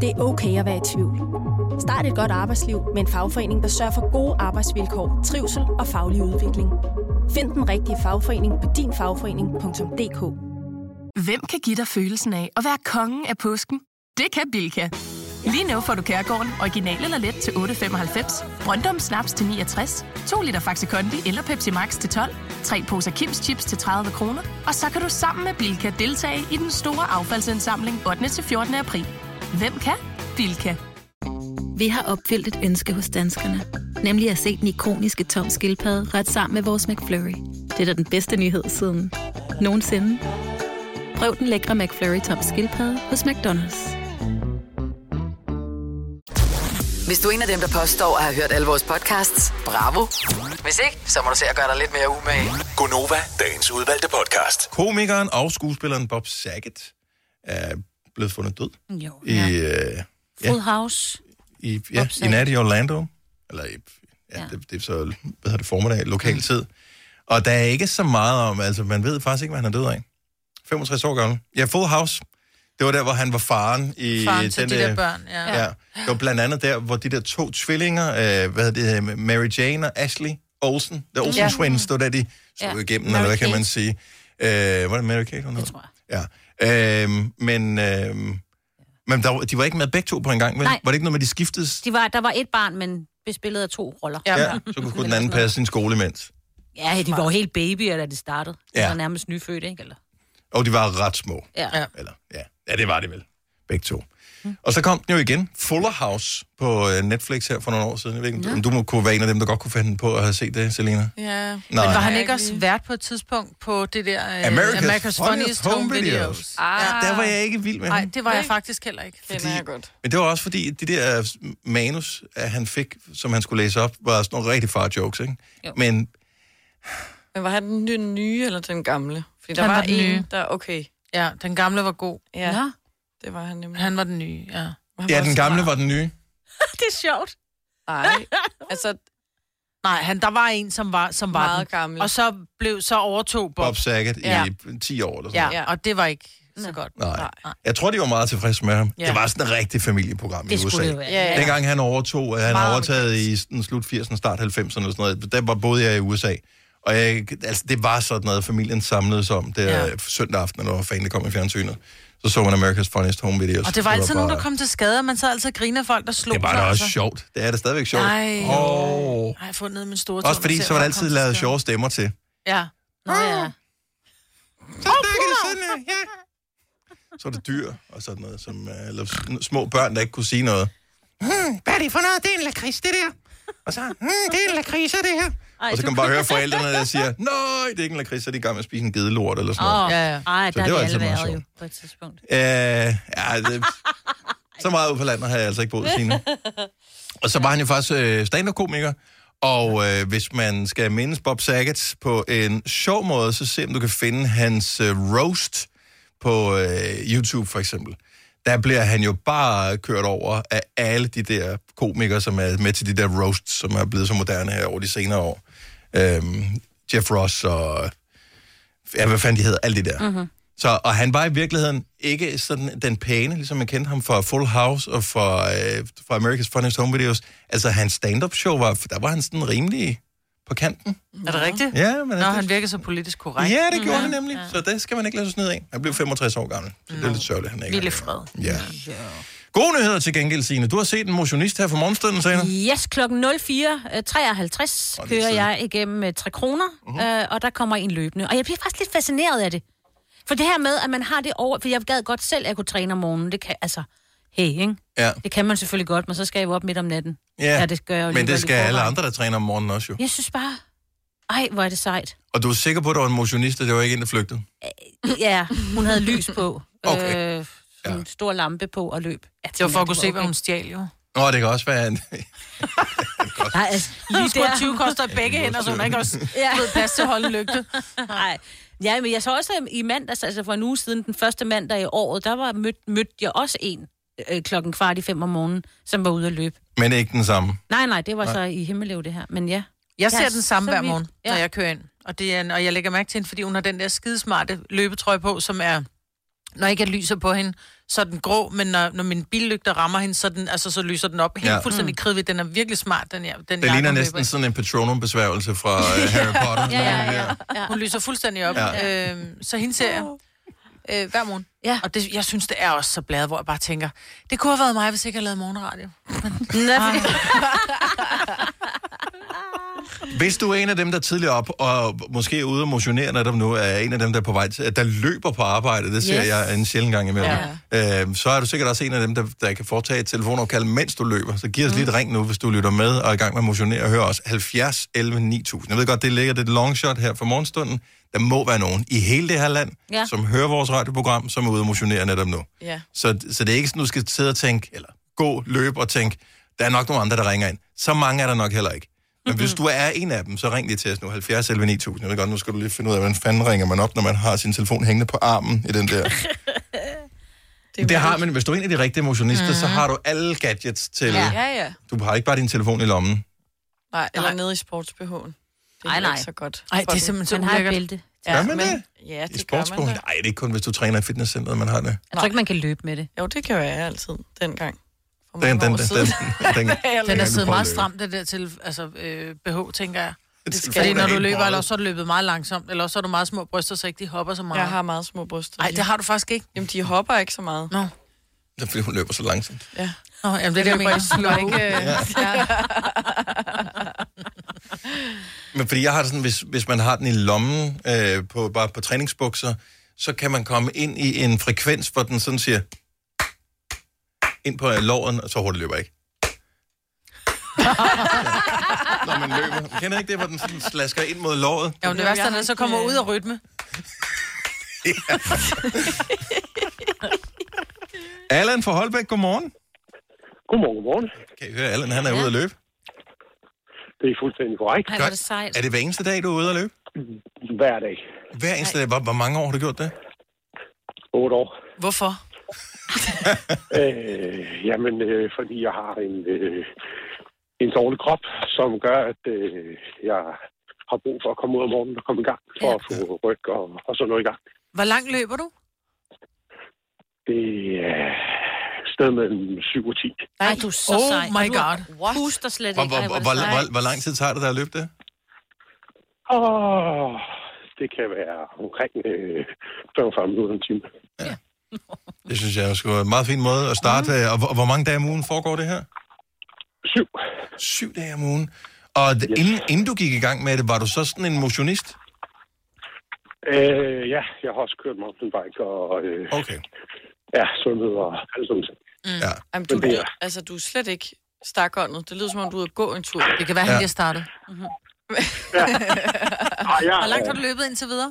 Speaker 9: Det er okay at være i tvivl. Start et godt arbejdsliv med en fagforening, der sørger for gode arbejdsvilkår, trivsel og faglig udvikling. Find den rigtige fagforening på dinfagforening.dk.
Speaker 10: Hvem kan give dig følelsen af at være kongen af påsken? Det kan Bilka! Lige nu får du Kærgården original eller let til 8.95, Brøndum Snaps til 69, 2 liter Faxi Kondi eller Pepsi Max til 12, 3 poser Kims Chips til 30 kroner, og så kan du sammen med Bilka deltage i den store affaldsindsamling 8. til 14. april. Hvem kan? Bilka.
Speaker 11: Vi har opfyldt et ønske hos danskerne. Nemlig at se den ikoniske tom skildpadde ret sammen med vores McFlurry. Det er da den bedste nyhed siden nogensinde. Prøv den lækre McFlurry Tom Skilpad hos McDonald's.
Speaker 12: Hvis du er en af dem, der påstår at have hørt alle vores podcasts, bravo. Hvis ikke, så må du se at gøre dig lidt mere umage.
Speaker 7: Gonova, dagens udvalgte podcast.
Speaker 1: Komikeren og skuespilleren Bob Saget er blevet fundet død.
Speaker 3: Jo.
Speaker 1: I, ja. Øh,
Speaker 3: Full
Speaker 1: ja,
Speaker 3: House.
Speaker 1: i, ja, i
Speaker 3: Saget.
Speaker 1: nat i Orlando. Eller i, ja,
Speaker 3: Ja.
Speaker 1: ja. Det, det, er så, hvad hedder det, formiddag, lokal tid. Og der er ikke så meget om, altså man ved faktisk ikke, hvad han er død af. 65 år gammel. Ja, Full House. Det var der, hvor han var faren i
Speaker 2: Faren til de der børn, ja.
Speaker 1: ja. Det var blandt andet der, hvor de der to tvillinger, øh, hvad hedder det, Mary Jane og Ashley Olsen, The Olsen
Speaker 2: Ja.
Speaker 1: ja. Twins, det var der, de stod
Speaker 2: Ja.
Speaker 1: ja. igennem,
Speaker 2: Mary
Speaker 1: eller hvad kan
Speaker 2: Kate.
Speaker 1: man sige. Øh, var det Mary Kate, hun Det tror jeg. Ja. Øh, men øh, men der, var- de var ikke med begge to på en gang, vel?
Speaker 3: Nej.
Speaker 1: Var det ikke noget med, de skiftes?
Speaker 3: De var, der var et barn, men bespillet af to roller.
Speaker 1: Ja, så kunne kun den anden passe sin skole imens.
Speaker 3: Ja, de var jo helt babyer, da de startede. Ja.
Speaker 1: Ja.
Speaker 3: Altså nærmest nyfødte, ikke? Eller?
Speaker 1: Og de var ret små.
Speaker 3: Ja.
Speaker 1: Ja, det var det vel. Begge to. Og så kom den jo igen, Fuller House, på øh, Netflix her for nogle år siden. Jeg ved ikke, om du må kunne være en af dem, der godt kunne finde på at have set det, Selina.
Speaker 2: Ja. Men
Speaker 1: Nej.
Speaker 2: var han ikke også vært på et tidspunkt på det der uh,
Speaker 1: America's Funniest Home Videos.
Speaker 2: Ah.
Speaker 1: Der var jeg ikke vild med
Speaker 2: Nej,
Speaker 1: ham.
Speaker 2: det var jeg faktisk heller ikke. Fordi...
Speaker 1: er jeg
Speaker 2: godt.
Speaker 1: Men det var også fordi, at de der øh, manus, at han fik, som han skulle læse op, var sådan nogle rigtig far jokes, ikke?
Speaker 4: Jo.
Speaker 1: Men
Speaker 4: Men var han den nye- nye eller den gamle? Fordi der
Speaker 2: Han
Speaker 4: var,
Speaker 2: var
Speaker 4: var
Speaker 2: den
Speaker 4: en,
Speaker 2: nye.
Speaker 4: der... Okay.
Speaker 2: Ja, den gamle var god.
Speaker 4: Ja.
Speaker 2: Nå.
Speaker 4: Det var han nemlig.
Speaker 2: Han var den nye, ja.
Speaker 1: ja, den gamle var den nye.
Speaker 3: det er sjovt.
Speaker 4: Nej, altså...
Speaker 2: Nej, han, der var en, som var, som var
Speaker 4: Meget
Speaker 2: den.
Speaker 4: gammel.
Speaker 2: Og så, blev, så overtog Bob.
Speaker 1: Bob Saget
Speaker 2: Ja.
Speaker 1: ja. i 10 år eller sådan
Speaker 2: Ja,
Speaker 1: noget.
Speaker 2: ja, og det var ikke så godt.
Speaker 1: Nej. Jeg tror, de var meget tilfredse med ham.
Speaker 2: Ja.
Speaker 1: Ja. Det var sådan et rigtigt familieprogram
Speaker 2: Det
Speaker 1: i
Speaker 2: skulle
Speaker 1: USA.
Speaker 2: det være. Ja, ja.
Speaker 1: Dengang han overtog, øh, han
Speaker 2: Meget
Speaker 1: har overtaget i sådan slut 80'erne, start 90'erne og sådan noget, der var både jeg i USA. Og jeg, altså, det var sådan noget, familien samledes om der
Speaker 2: Ja.
Speaker 1: ja. søndag aften, eller hvor fanden det kom i fjernsynet. Så så man America's Funniest Home Videos.
Speaker 2: Og det var altid nogen,
Speaker 1: bare-
Speaker 2: der kom til skade, og man sad altid og griner af folk, der slog
Speaker 1: Det var
Speaker 2: sig,
Speaker 1: da også
Speaker 2: altså.
Speaker 1: sjovt. Det er da stadigvæk sjovt.
Speaker 2: Nej.
Speaker 1: Åh.
Speaker 2: Ej, jeg har fundet min store
Speaker 1: Også
Speaker 2: tå,
Speaker 1: fordi,
Speaker 2: man ser,
Speaker 1: så var der
Speaker 2: hvor kom
Speaker 1: altid
Speaker 2: til
Speaker 1: lavet
Speaker 2: skade.
Speaker 1: sjove stemmer til.
Speaker 2: Ja. Nå, ja.
Speaker 1: Så sådan, ja. Så er det dyr og sådan noget, som, øh, eller sm- små børn, der ikke kunne sige noget.
Speaker 8: Hmm, hvad er det for noget? Det er en lakrids, det der.
Speaker 1: Og så, hmm, det er en lakridser, det her. Ej, og så kan man bare høre forældrene, der siger, nej, det er ikke en lakrids, så er de i gang med at spise en gedelort eller sådan noget.
Speaker 3: Åh, ja, ja. Ej,
Speaker 1: Så
Speaker 3: der
Speaker 1: det
Speaker 3: er
Speaker 1: var
Speaker 3: de
Speaker 1: altid
Speaker 3: alle
Speaker 1: meget
Speaker 3: været jo
Speaker 1: sjovt.
Speaker 3: på et tidspunkt.
Speaker 1: Øh, ja, det, så meget ude på landet har jeg altså ikke boet, Signe. Og så var han jo faktisk øh, stand-up-komiker. Og øh, hvis man skal mindes Bob Saget på en sjov måde, så se om du kan finde hans øh, roast på øh, YouTube for eksempel. Der bliver han jo bare kørt over af alle de der komikere, som er med til de der roasts, som er blevet så moderne her over de senere år. Øhm, Jeff Ross og... Ja, hvad fanden de hedder? Alle de
Speaker 13: Mhm.
Speaker 1: der. Mm-hmm. Så, og han var i virkeligheden ikke sådan den pæne, ligesom man kendte ham fra Full House og fra, øh, fra America's Funniest Home Videos. Altså, hans stand-up show, var, der var han sådan rimelig på kanten.
Speaker 2: Er det rigtigt?
Speaker 1: Ja, men
Speaker 2: Nå,
Speaker 1: altså-
Speaker 2: han virker så politisk korrekt.
Speaker 1: Ja, det gjorde han
Speaker 3: Mm-hmm.
Speaker 1: nemlig. Så det skal man ikke lade sig snede af. Han
Speaker 3: Mm.
Speaker 1: blev 65 år gammel. Så det er lidt sørgeligt, han er ikke.
Speaker 2: Lille fred.
Speaker 1: Ja. Gode nyheder til gengæld, Signe. Du har set en motionist her for morgenstunden, sagde han.
Speaker 3: Yes, klokken 04.53 kører jeg igennem øh, 3 kroner,
Speaker 1: Mhm.
Speaker 3: øh, og der kommer en løbende. Og jeg bliver faktisk lidt fascineret af det. For det her med, at man har det over... For jeg gad godt selv, at jeg kunne træne om morgenen. Det kan, altså, hey, ikke?
Speaker 1: Ja.
Speaker 3: Det kan man selvfølgelig godt, men så skal jeg jo op midt om natten.
Speaker 1: Ja,
Speaker 3: ja det gør jeg jo
Speaker 1: Men
Speaker 3: alligevel
Speaker 1: det
Speaker 3: i
Speaker 1: skal alle
Speaker 3: forvejen.
Speaker 1: andre, der træner om morgenen også jo.
Speaker 3: Jeg synes bare... Ej, hvor er det sejt.
Speaker 1: Og du er sikker på, at der var en motionist, og det var ikke en, der flygtede?
Speaker 3: Ja, hun havde lys på. okay. Øh, sådan en stor lampe på og løb. Ja,
Speaker 2: Det var for at kunne se, hvad hun stjal jo.
Speaker 1: Nå, det kan også være en...
Speaker 3: Nej, altså,
Speaker 2: Lige skud
Speaker 3: der.
Speaker 2: 20 koster begge hænder, så hun har ikke også fået plads til at holde en lygte.
Speaker 3: Nej. Ja, men jeg så også øhm, i mandags, altså for en uge siden, den første mandag i året, der var mødt mødte jeg også en øh, klokken kvart i fem om morgenen, som var ude at løbe.
Speaker 1: Men ikke den samme.
Speaker 3: Nej, nej, det var
Speaker 1: Nej.
Speaker 3: så i Himmeløv, det her. Men ja.
Speaker 2: Jeg
Speaker 3: Ja,
Speaker 2: ser den samme
Speaker 3: så
Speaker 2: hver
Speaker 3: vildt.
Speaker 2: morgen,
Speaker 3: Ja.
Speaker 2: når jeg kører ind. Og, det er en, og jeg lægger mærke til hende, fordi hun har den der skidesmarte løbetrøje på, som er... Når ikke jeg lyser på hende, så er den grå, men når, når min billygter rammer hende, så, er den, altså, så lyser den op helt
Speaker 1: Ja.
Speaker 2: ja.
Speaker 3: Mm.
Speaker 2: fuldstændig kridvidt. Den er virkelig smart, den, her, den
Speaker 1: Det ligner næsten sådan en Patronum-besværgelse fra øh, Harry Potter.
Speaker 2: Ja, ja, ja, ja. Hun lyser fuldstændig op. Ja.
Speaker 1: Ja.
Speaker 2: Øhm, så hende ser jeg øh, hver morgen.
Speaker 3: Ja.
Speaker 2: Og det, jeg synes, det er også så bladet, hvor jeg bare tænker, det kunne have været mig, Ah. hvis ikke jeg lavede morgenradio. Men,
Speaker 3: Nå, fordi...
Speaker 1: Hvis du er en af dem, der er tidligere op, og måske er ude og motionere netop nu, er en af dem, der er på vej til, der løber på arbejde, det ser
Speaker 6: Yes.
Speaker 1: yes. jeg en sjældent gang imellem, ja. øh, så er du sikkert også en af dem, der, der kan foretage et telefonopkald, mens du løber. Så giv os mm. lige et ring nu, hvis du lytter med og er i gang med at motionere og høre os. 70 11 9000. Jeg ved godt, det ligger det long shot her for morgenstunden. Der må være nogen i hele det her land,
Speaker 6: Ja.
Speaker 1: ja. som hører vores radioprogram, som er ude og motionere netop nu.
Speaker 6: Ja.
Speaker 1: Så, så det er ikke sådan, du skal sidde og tænke, eller gå, løbe og tænke, der er nok nogle andre, der ringer ind. Så mange er der nok heller ikke. Men hvis du er en af dem, så ring lige til os nu, 70 11 9000. Jeg ved godt, nu skal du lige finde ud af, hvordan fanden ringer man op, når man har sin telefon hængende på armen i den der. det, det har man. Hvis du er en af de rigtige motionister, mm. så har du alle gadgets til...
Speaker 4: Ja, ja, ja.
Speaker 1: Du har ikke bare din telefon i lommen.
Speaker 4: Nej, eller nede i sportsbh'en. Det er
Speaker 3: Ej,
Speaker 4: heller
Speaker 3: nej.
Speaker 4: ikke så godt.
Speaker 3: Ej, det er
Speaker 4: For
Speaker 3: simpelthen
Speaker 4: den.
Speaker 3: så Man har et ulækkert. bælte.
Speaker 1: Gør man
Speaker 4: men-
Speaker 1: det?
Speaker 4: Ja,
Speaker 1: I
Speaker 4: det gør man
Speaker 1: sportsbogen?
Speaker 4: da.
Speaker 1: Nej, det er ikke kun, hvis du træner i fitnesscenteret, man har det.
Speaker 3: Jeg tror ikke, man kan løbe med det.
Speaker 4: Jo, det kan jeg altid, dengang. For
Speaker 1: Den-
Speaker 4: mange
Speaker 1: den-
Speaker 4: år
Speaker 1: den-
Speaker 4: siden.
Speaker 1: den- den-
Speaker 4: Jeg
Speaker 2: Den er
Speaker 4: løb.
Speaker 2: siddet meget stramt, det der til, altså, øh, BH, tænker jeg. Det skal,
Speaker 4: skal
Speaker 2: fordi
Speaker 4: da
Speaker 2: når du
Speaker 4: helt
Speaker 2: løber,
Speaker 4: meget.
Speaker 2: eller så er du løbet meget langsomt, eller så har du meget små bryster, så ikke de hopper så meget.
Speaker 4: Jeg har meget små bryster.
Speaker 2: Nej, det har du faktisk ikke.
Speaker 4: Jamen, de hopper ikke så meget.
Speaker 2: Nå.
Speaker 1: Det er, fordi hun løber så langsomt.
Speaker 4: Ja.
Speaker 2: Nå, jamen, det er det, jeg
Speaker 4: løber
Speaker 2: mener.
Speaker 4: i slow.
Speaker 2: Slow.
Speaker 4: øh,
Speaker 2: Ja. Ja.
Speaker 1: Men fordi jeg har det sådan, hvis, hvis man har den i lommen, øh, på, bare på træningsbukser, så kan man komme ind i en frekvens, hvor den sådan siger, ind på øh, låren, og så hurtigt løber jeg ikke. Når man løber. Kender I ikke det, hvor den sådan slasker ind mod låret?
Speaker 2: Jo, det værste er, når den så kommer
Speaker 1: øh,
Speaker 2: ud af rytme.
Speaker 1: Allan fra Holbæk, godmorgen.
Speaker 14: Godmorgen, godmorgen.
Speaker 1: Kan I høre, Allan han er ude at løbe?
Speaker 14: Det er fuldstændig korrekt.
Speaker 1: Ej, hvor er det
Speaker 3: sejt.
Speaker 1: Er det hver eneste dag, du er ude at løbe?
Speaker 14: Hver dag.
Speaker 1: Hver eneste dag? Hvor, hvor mange år har du gjort det?
Speaker 14: 8 år.
Speaker 2: Hvorfor?
Speaker 14: Øh, jamen, øh, fordi jeg har en, øh, en dårlig krop, som gør, at øh, jeg har brug for at komme ud om morgenen og komme i gang, for ja. at få ryg og, og sådan noget i gang.
Speaker 2: Hvor langt løber du?
Speaker 14: Det er et sted mellem 7 og 10.
Speaker 3: Nej, du er så
Speaker 2: oh
Speaker 3: sej.
Speaker 2: my god.
Speaker 3: What? Puster slet ikke.
Speaker 1: Hvor, hvor, hvor, hvor, hvor, hvor lang tid tager det dig at løbe det?
Speaker 14: Åh, det kan være omkring øh, 45 minutter en time.
Speaker 1: Det synes jeg er sgu en meget fin måde at starte. Mm. Og hvor, hvor mange dage om ugen foregår det her?
Speaker 14: Syv.
Speaker 1: Syv dage om ugen. Og yes. inden, inden du gik i gang med det, var du så sådan en motionist?
Speaker 14: Øh, ja, jeg har også kørt mountainbike og øh,
Speaker 1: okay.
Speaker 14: ja, sundhed og alt sådan noget.
Speaker 4: Mm.
Speaker 1: Ja.
Speaker 4: Jamen, du,
Speaker 14: Men det
Speaker 4: lyder,
Speaker 14: er-
Speaker 4: altså, du er slet ikke stakåndet. Det lyder som om, du er ude at gå en tur.
Speaker 2: Det kan være, han lige har startet.
Speaker 14: ja.
Speaker 2: Hvor langt har du løbet indtil videre?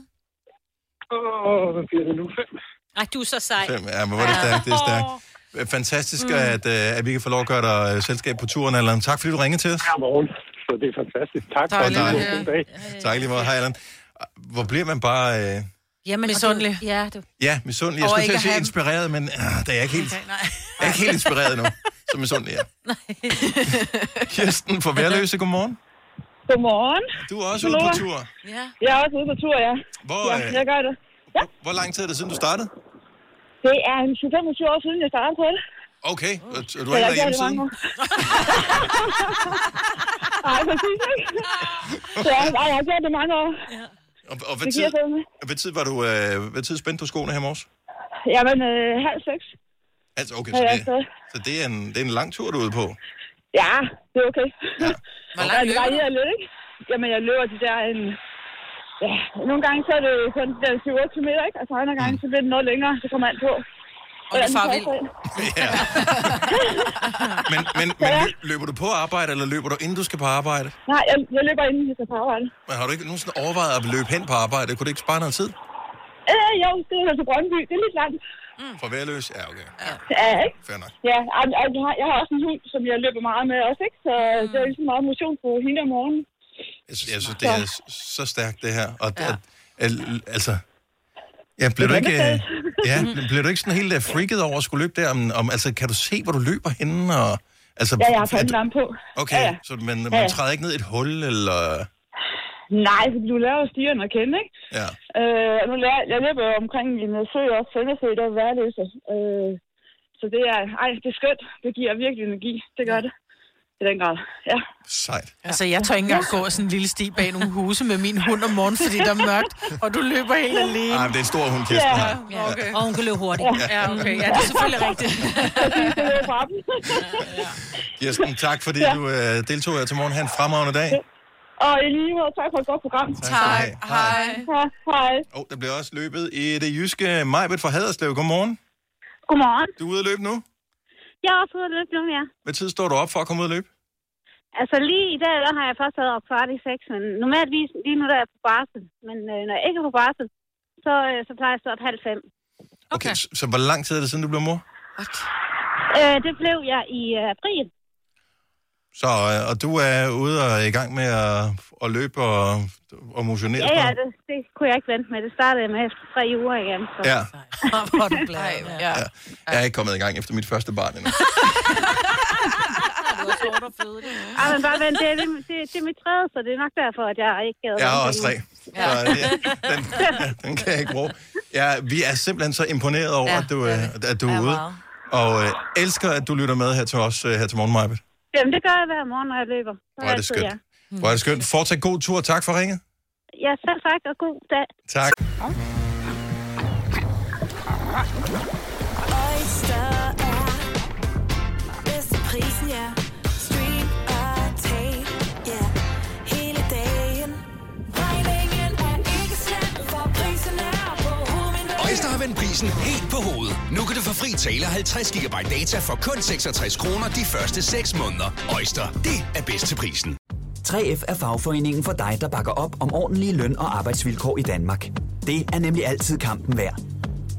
Speaker 14: Åh, hvad bliver det nu? Fem?
Speaker 3: Ej, du er så sej.
Speaker 1: Fem. Ja, men hvor er det stærkt, det er stærkt. Fantastisk, mm. at, øh, at vi kan få lov at gøre dig øh, selskab på turen, Allan. Tak fordi du ringede til os.
Speaker 14: Ja, morgen. Så det er fantastisk. Tak
Speaker 1: for
Speaker 14: Dejligt at
Speaker 1: dig.
Speaker 14: høre. God dag.
Speaker 1: Tak i lige meget. Hej, Allan. Hvor bliver man bare... Øh,
Speaker 3: Jamen,
Speaker 2: Misundelig.
Speaker 3: Ja, du.
Speaker 1: ja, misundelig. Jeg
Speaker 3: Og
Speaker 1: skulle til
Speaker 3: ikke
Speaker 1: at sige
Speaker 3: at have-
Speaker 1: inspireret, men øh, det er jeg ikke helt,
Speaker 2: okay,
Speaker 1: jeg er ikke helt inspireret nu. Så misundelig, ja. Kirsten fra Værløse, godmorgen.
Speaker 15: Godmorgen.
Speaker 1: Du er også ude på tur.
Speaker 2: Ja.
Speaker 15: Jeg er også ude på tur, ja.
Speaker 1: Hvor,
Speaker 15: ja,
Speaker 1: øh,
Speaker 15: jeg gør det. Ja,
Speaker 1: Hvor lang tid er det siden, du startede?
Speaker 15: det er en 25 år siden, jeg startede på det.
Speaker 1: Okay, og t- og du
Speaker 15: Så
Speaker 1: har
Speaker 15: jeg har gjort
Speaker 1: ikke været hjemme
Speaker 15: det mange
Speaker 1: siden?
Speaker 15: år. Nej, præcis ikke. Så jeg, ej, jeg har gjort det mange år.
Speaker 1: Og, og hvad,
Speaker 15: Det
Speaker 1: tid,
Speaker 15: giver sig med.
Speaker 1: hvad tid var du, øh, hvad tid spændte du skoene her i morges?
Speaker 15: Jamen, øh, halv seks
Speaker 1: Altså, okay,
Speaker 15: har
Speaker 1: så
Speaker 15: jeg
Speaker 1: det,
Speaker 15: afsted.
Speaker 1: så det, er en, det er en lang tur, du er ude på.
Speaker 15: Ja, det er okay.
Speaker 2: Hvor
Speaker 15: langt løber du? Jeg lidt, ikke? Jamen, jeg løber de der en... Ja, nogle gange så er det kun de der 7-8 meter, ikke? Og så andre
Speaker 1: Mm.
Speaker 15: gange, så bliver det noget længere, så kommer an på.
Speaker 2: Og du farer vild.
Speaker 1: Men, men, men lø- løber du på arbejde, eller løber du inden du skal på arbejde?
Speaker 15: Nej, jeg, jeg løber inden, jeg skal på arbejde.
Speaker 1: Men har du ikke nogensinde overvejet at løbe hen på arbejde? Kunne det ikke spare noget tid?
Speaker 15: Øh, jo, det er til Brøndby. Det er lidt langt. Mm.
Speaker 1: For værløs? Ja, okay.
Speaker 15: Ja, ikke?
Speaker 1: Fair nok.
Speaker 15: Ja, og, og jeg, har, jeg har også en hund, som jeg løber meget med også, ikke? Så mm. det er ligesom meget motion på hende om morgenen.
Speaker 1: Jeg, sy- jeg synes, det er s- så stærkt, det her. Og ja. at, al- altså... Ja, bliver du, ikke, øh, ja,
Speaker 15: Mm.
Speaker 1: bl- bliver du ikke sådan helt øh, freaket over at skulle løbe der? Om, om, altså, kan du se, hvor du løber henne? Og, altså,
Speaker 15: Ja, jeg har
Speaker 1: er du-
Speaker 15: pandelampe på.
Speaker 1: Okay,
Speaker 15: Ja,
Speaker 1: ja,
Speaker 15: ja.
Speaker 1: ja. så man,
Speaker 15: Ja, ja.
Speaker 1: man træder ikke ned i et hul, eller...
Speaker 15: Nej, for du lærer jo stierne at kende, ikke?
Speaker 1: Ja.
Speaker 15: Øh, og nu lærer, jeg løber jo omkring en øh, sø også, Søndersø, der er værløse. Øh, så det er, ej, det er skønt. Det giver virkelig energi. Det gør det. I den grad, ja.
Speaker 1: Sejt.
Speaker 2: Altså, jeg tør ikke engang gå sådan en lille sti bag nogle huse med min hund om morgenen, fordi der er mørkt, og du løber helt alene.
Speaker 1: Nej, men det er en stor hund, Kirsten. Ja.
Speaker 2: Ja, okay.
Speaker 3: Og hun kan løbe hurtigt.
Speaker 2: Ja, okay. Ja, det er selvfølgelig rigtigt.
Speaker 1: Kirsten, tak fordi ja. du øh, deltog her til morgen. Ha' en fremragende dag.
Speaker 16: Og i lige måde, tak for et godt program.
Speaker 1: Tak.
Speaker 16: Hej. Ja, hej.
Speaker 1: Oh, der bliver også løbet i det jyske Majbet fra Haderslev. Godmorgen.
Speaker 17: Godmorgen.
Speaker 1: Du er ude at løbe nu.
Speaker 17: Jeg er også ude at løbe nu, ja.
Speaker 1: Hvad tid står du op for at komme ud at løbe?
Speaker 17: Altså lige i dag, der har jeg først været op kvart i seks, men normaltvis lige nu, der er jeg på barsel. Men øh, når jeg ikke er på barsel, så, øh, så plejer jeg at stå op halv fem.
Speaker 1: Okay. okay. Så, så hvor lang tid er det siden, du blev mor?
Speaker 17: Øh, det blev jeg i øh, april.
Speaker 1: Så, øh, og du er ude og i gang med at, at løbe og, og motionere?
Speaker 17: Ja, ja, det, det kunne jeg ikke vente med. Det startede jeg med efter tre uger igen. Så.
Speaker 1: Ja.
Speaker 17: Hvor du glad.
Speaker 1: ja. Jeg er ikke kommet i gang efter mit første barn endnu.
Speaker 17: Ej, men bare vent, det er, lidt- det, det er mit tredje, så det er nok derfor, at jeg ikke gad.
Speaker 1: Jeg har
Speaker 17: vente
Speaker 1: også
Speaker 17: endnu.
Speaker 1: tre. Ja. Så, øh, den, den kan jeg ikke bruge. Ja, vi er simpelthen så imponeret over, ja, at du, øh, at du er ude. Og øh, elsker, at du lytter med her til os øh, her til morgen, Majbet.
Speaker 17: Jamen, det gør jeg hver morgen, når jeg løber. Så
Speaker 1: Hvor er det
Speaker 17: altid
Speaker 1: skønt.
Speaker 17: jer.
Speaker 1: Hvor er det skønt. Fortsat god tur. Tak for ringet.
Speaker 17: Ja, selv tak, og god dag.
Speaker 1: Tak.
Speaker 8: Oyster er bedst til prisen, ja. Stream og tag, ja. Hele dagen. Regningen er ikke slem, for prisen er på hovedet.
Speaker 18: Øjster har vendt prisen helt på hovedet. Nu kan du få fri tale 50 GB data for kun 66 kroner de første 6 måneder. Øjster, det er bedst til prisen.
Speaker 13: 3F er fagforeningen for dig, der bakker op om ordentlige løn- og arbejdsvilkår i Danmark. Det er nemlig altid kampen værd.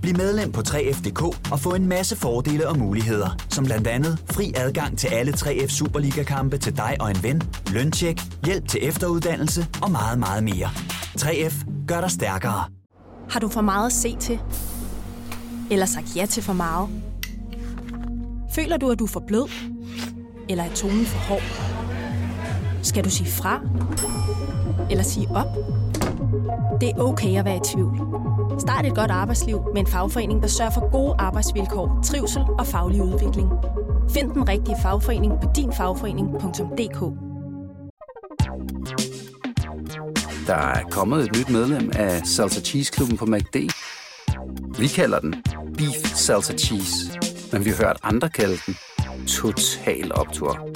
Speaker 13: Bliv medlem på 3F.dk og få en masse fordele og muligheder, som blandt andet fri adgang til alle 3F Superliga-kampe til dig og en ven, løntjek, hjælp til efteruddannelse og meget, meget mere. 3F gør dig stærkere.
Speaker 9: Har du for meget at se til? Eller sagt ja til for meget? Føler du, at du er for blød? Eller er tonen for hård? Skal du sige fra? Eller sige op? Det er okay at være i tvivl. Start et godt arbejdsliv med en fagforening, der sørger for gode arbejdsvilkår, trivsel og faglig udvikling. Find den rigtige fagforening på dinfagforening.dk.
Speaker 19: Der er kommet et nyt medlem af Salsa Cheese Klubben på MACD. Vi kalder den Beef Salsa Cheese, men vi har hørt andre kalde den Total Optor.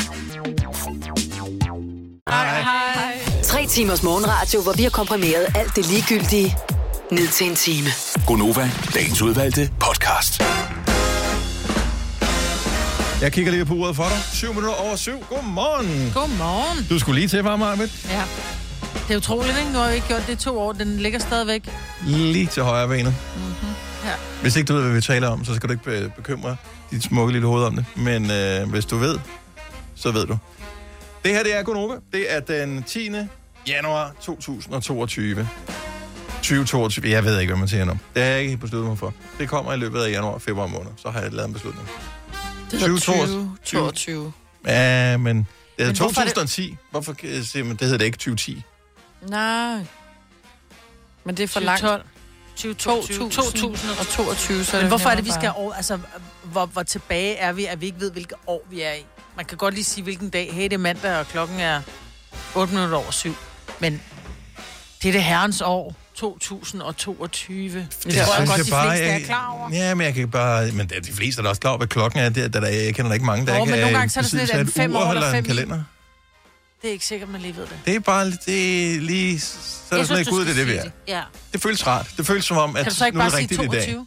Speaker 12: Tre timers morgenradio, hvor vi har komprimeret alt det ligegyldige ned til en time.
Speaker 7: Gonova, dagens udvalgte podcast.
Speaker 1: Jeg kigger lige på uret for dig. 7 minutter over 7. Godmorgen.
Speaker 2: Godmorgen.
Speaker 1: Du skulle lige til, var Majbet?
Speaker 2: Ja. Det er utroligt, ikke? Nu har vi ikke gjort det i to år. Den ligger stadigvæk.
Speaker 1: Lige til højre benet.
Speaker 2: Ja.
Speaker 1: Hvis ikke du ved, hvad vi taler om, så skal du ikke be- bekymre dit smukke lille hoved om det. Men øh, hvis du ved, så ved du. Det her, det er Gunova. Det er den 10. januar 2022. 2022. Jeg ved ikke, hvad man siger nu. Det har jeg ikke besluttet mig for. Det kommer i løbet af januar og februar måned. Så har jeg lavet en beslutning.
Speaker 4: Det 2022.
Speaker 1: Ja, men det
Speaker 4: Men
Speaker 1: hedder
Speaker 4: hvorfor er det-
Speaker 1: 2010. Hvorfor, hvorfor siger man, det hedder det ikke 2010?
Speaker 4: Nej. Men det er for langt.
Speaker 2: 2022.
Speaker 4: 2022, så
Speaker 2: Men
Speaker 4: er det
Speaker 2: hvorfor er det, vi
Speaker 4: nemmere
Speaker 2: skal
Speaker 4: bare.
Speaker 2: over, altså, hvor, hvor tilbage er vi, at vi ikke ved, hvilket år vi er i? Man kan godt lige sige, hvilken dag. Hey, det er mandag, og klokken er 8 minutter over 7. Men det er det herrens år, 2022. Det, det tror jeg
Speaker 1: synes
Speaker 2: godt,
Speaker 1: jeg
Speaker 2: de
Speaker 1: bare,
Speaker 2: fleste er
Speaker 1: jeg-
Speaker 2: klar over.
Speaker 1: Ja, men jeg kan bare... Men det er de fleste, der er også klar over, hvad klokken er. Det, er- der, der, jeg kender der ikke mange, der
Speaker 2: Nå,
Speaker 1: ikke
Speaker 2: men
Speaker 1: er
Speaker 2: nogle
Speaker 1: i
Speaker 2: gange så er det sådan lidt,
Speaker 1: besiddelse
Speaker 2: er
Speaker 1: af
Speaker 2: den fem
Speaker 1: ur
Speaker 2: år
Speaker 1: eller
Speaker 2: eller fem
Speaker 1: en
Speaker 2: i?
Speaker 1: kalender.
Speaker 2: Det er ikke sikkert, man lige ved det.
Speaker 1: Det er bare det er lige... Så er det sådan, at gud, det er det, vi er.
Speaker 2: Ja.
Speaker 1: Det føles rart. Det føles som om, at
Speaker 2: Kan du så ikke
Speaker 1: nu er
Speaker 2: bare
Speaker 1: det
Speaker 2: sige
Speaker 1: rigtigt i dag.
Speaker 2: 22?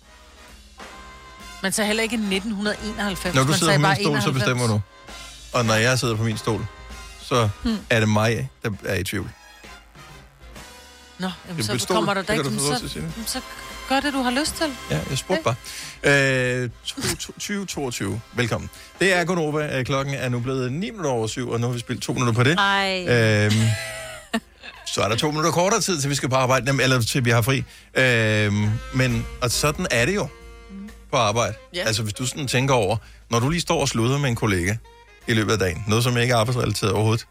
Speaker 2: Man sagde heller ikke 1991.
Speaker 1: Når du
Speaker 2: man
Speaker 1: sidder
Speaker 2: sagde
Speaker 1: på min
Speaker 2: bare
Speaker 1: stol, så
Speaker 2: 91.
Speaker 1: bestemmer du. Og når jeg sidder på min stol, så
Speaker 2: Hmm.
Speaker 1: er det mig, der er i tvivl.
Speaker 2: Nå, jamen,
Speaker 1: Det
Speaker 2: så
Speaker 1: er bestået.
Speaker 2: kommer der
Speaker 1: Det
Speaker 2: da
Speaker 1: kan
Speaker 2: ikke,
Speaker 1: du
Speaker 2: jamen,
Speaker 1: få lov til
Speaker 2: så,
Speaker 1: at sige det.
Speaker 2: jamen, så gør det, du har lyst til.
Speaker 1: Ja, jeg spurgte bare. Øh, 2022. Velkommen. Det er Gunova. Øh, Klokken er nu blevet 9 minutter over 7, og nu har vi spillet 2 minutter på det.
Speaker 3: Ej.
Speaker 1: Øhm, så er der to minutter kortere tid, til vi skal på arbejde, Jamen, eller til vi har fri. Øhm, men og sådan er det jo på arbejde.
Speaker 7: Ja.
Speaker 1: Altså hvis du sådan tænker over, når du lige står og sluder med en kollega i løbet af dagen, noget som ikke er arbejdsrelateret overhovedet,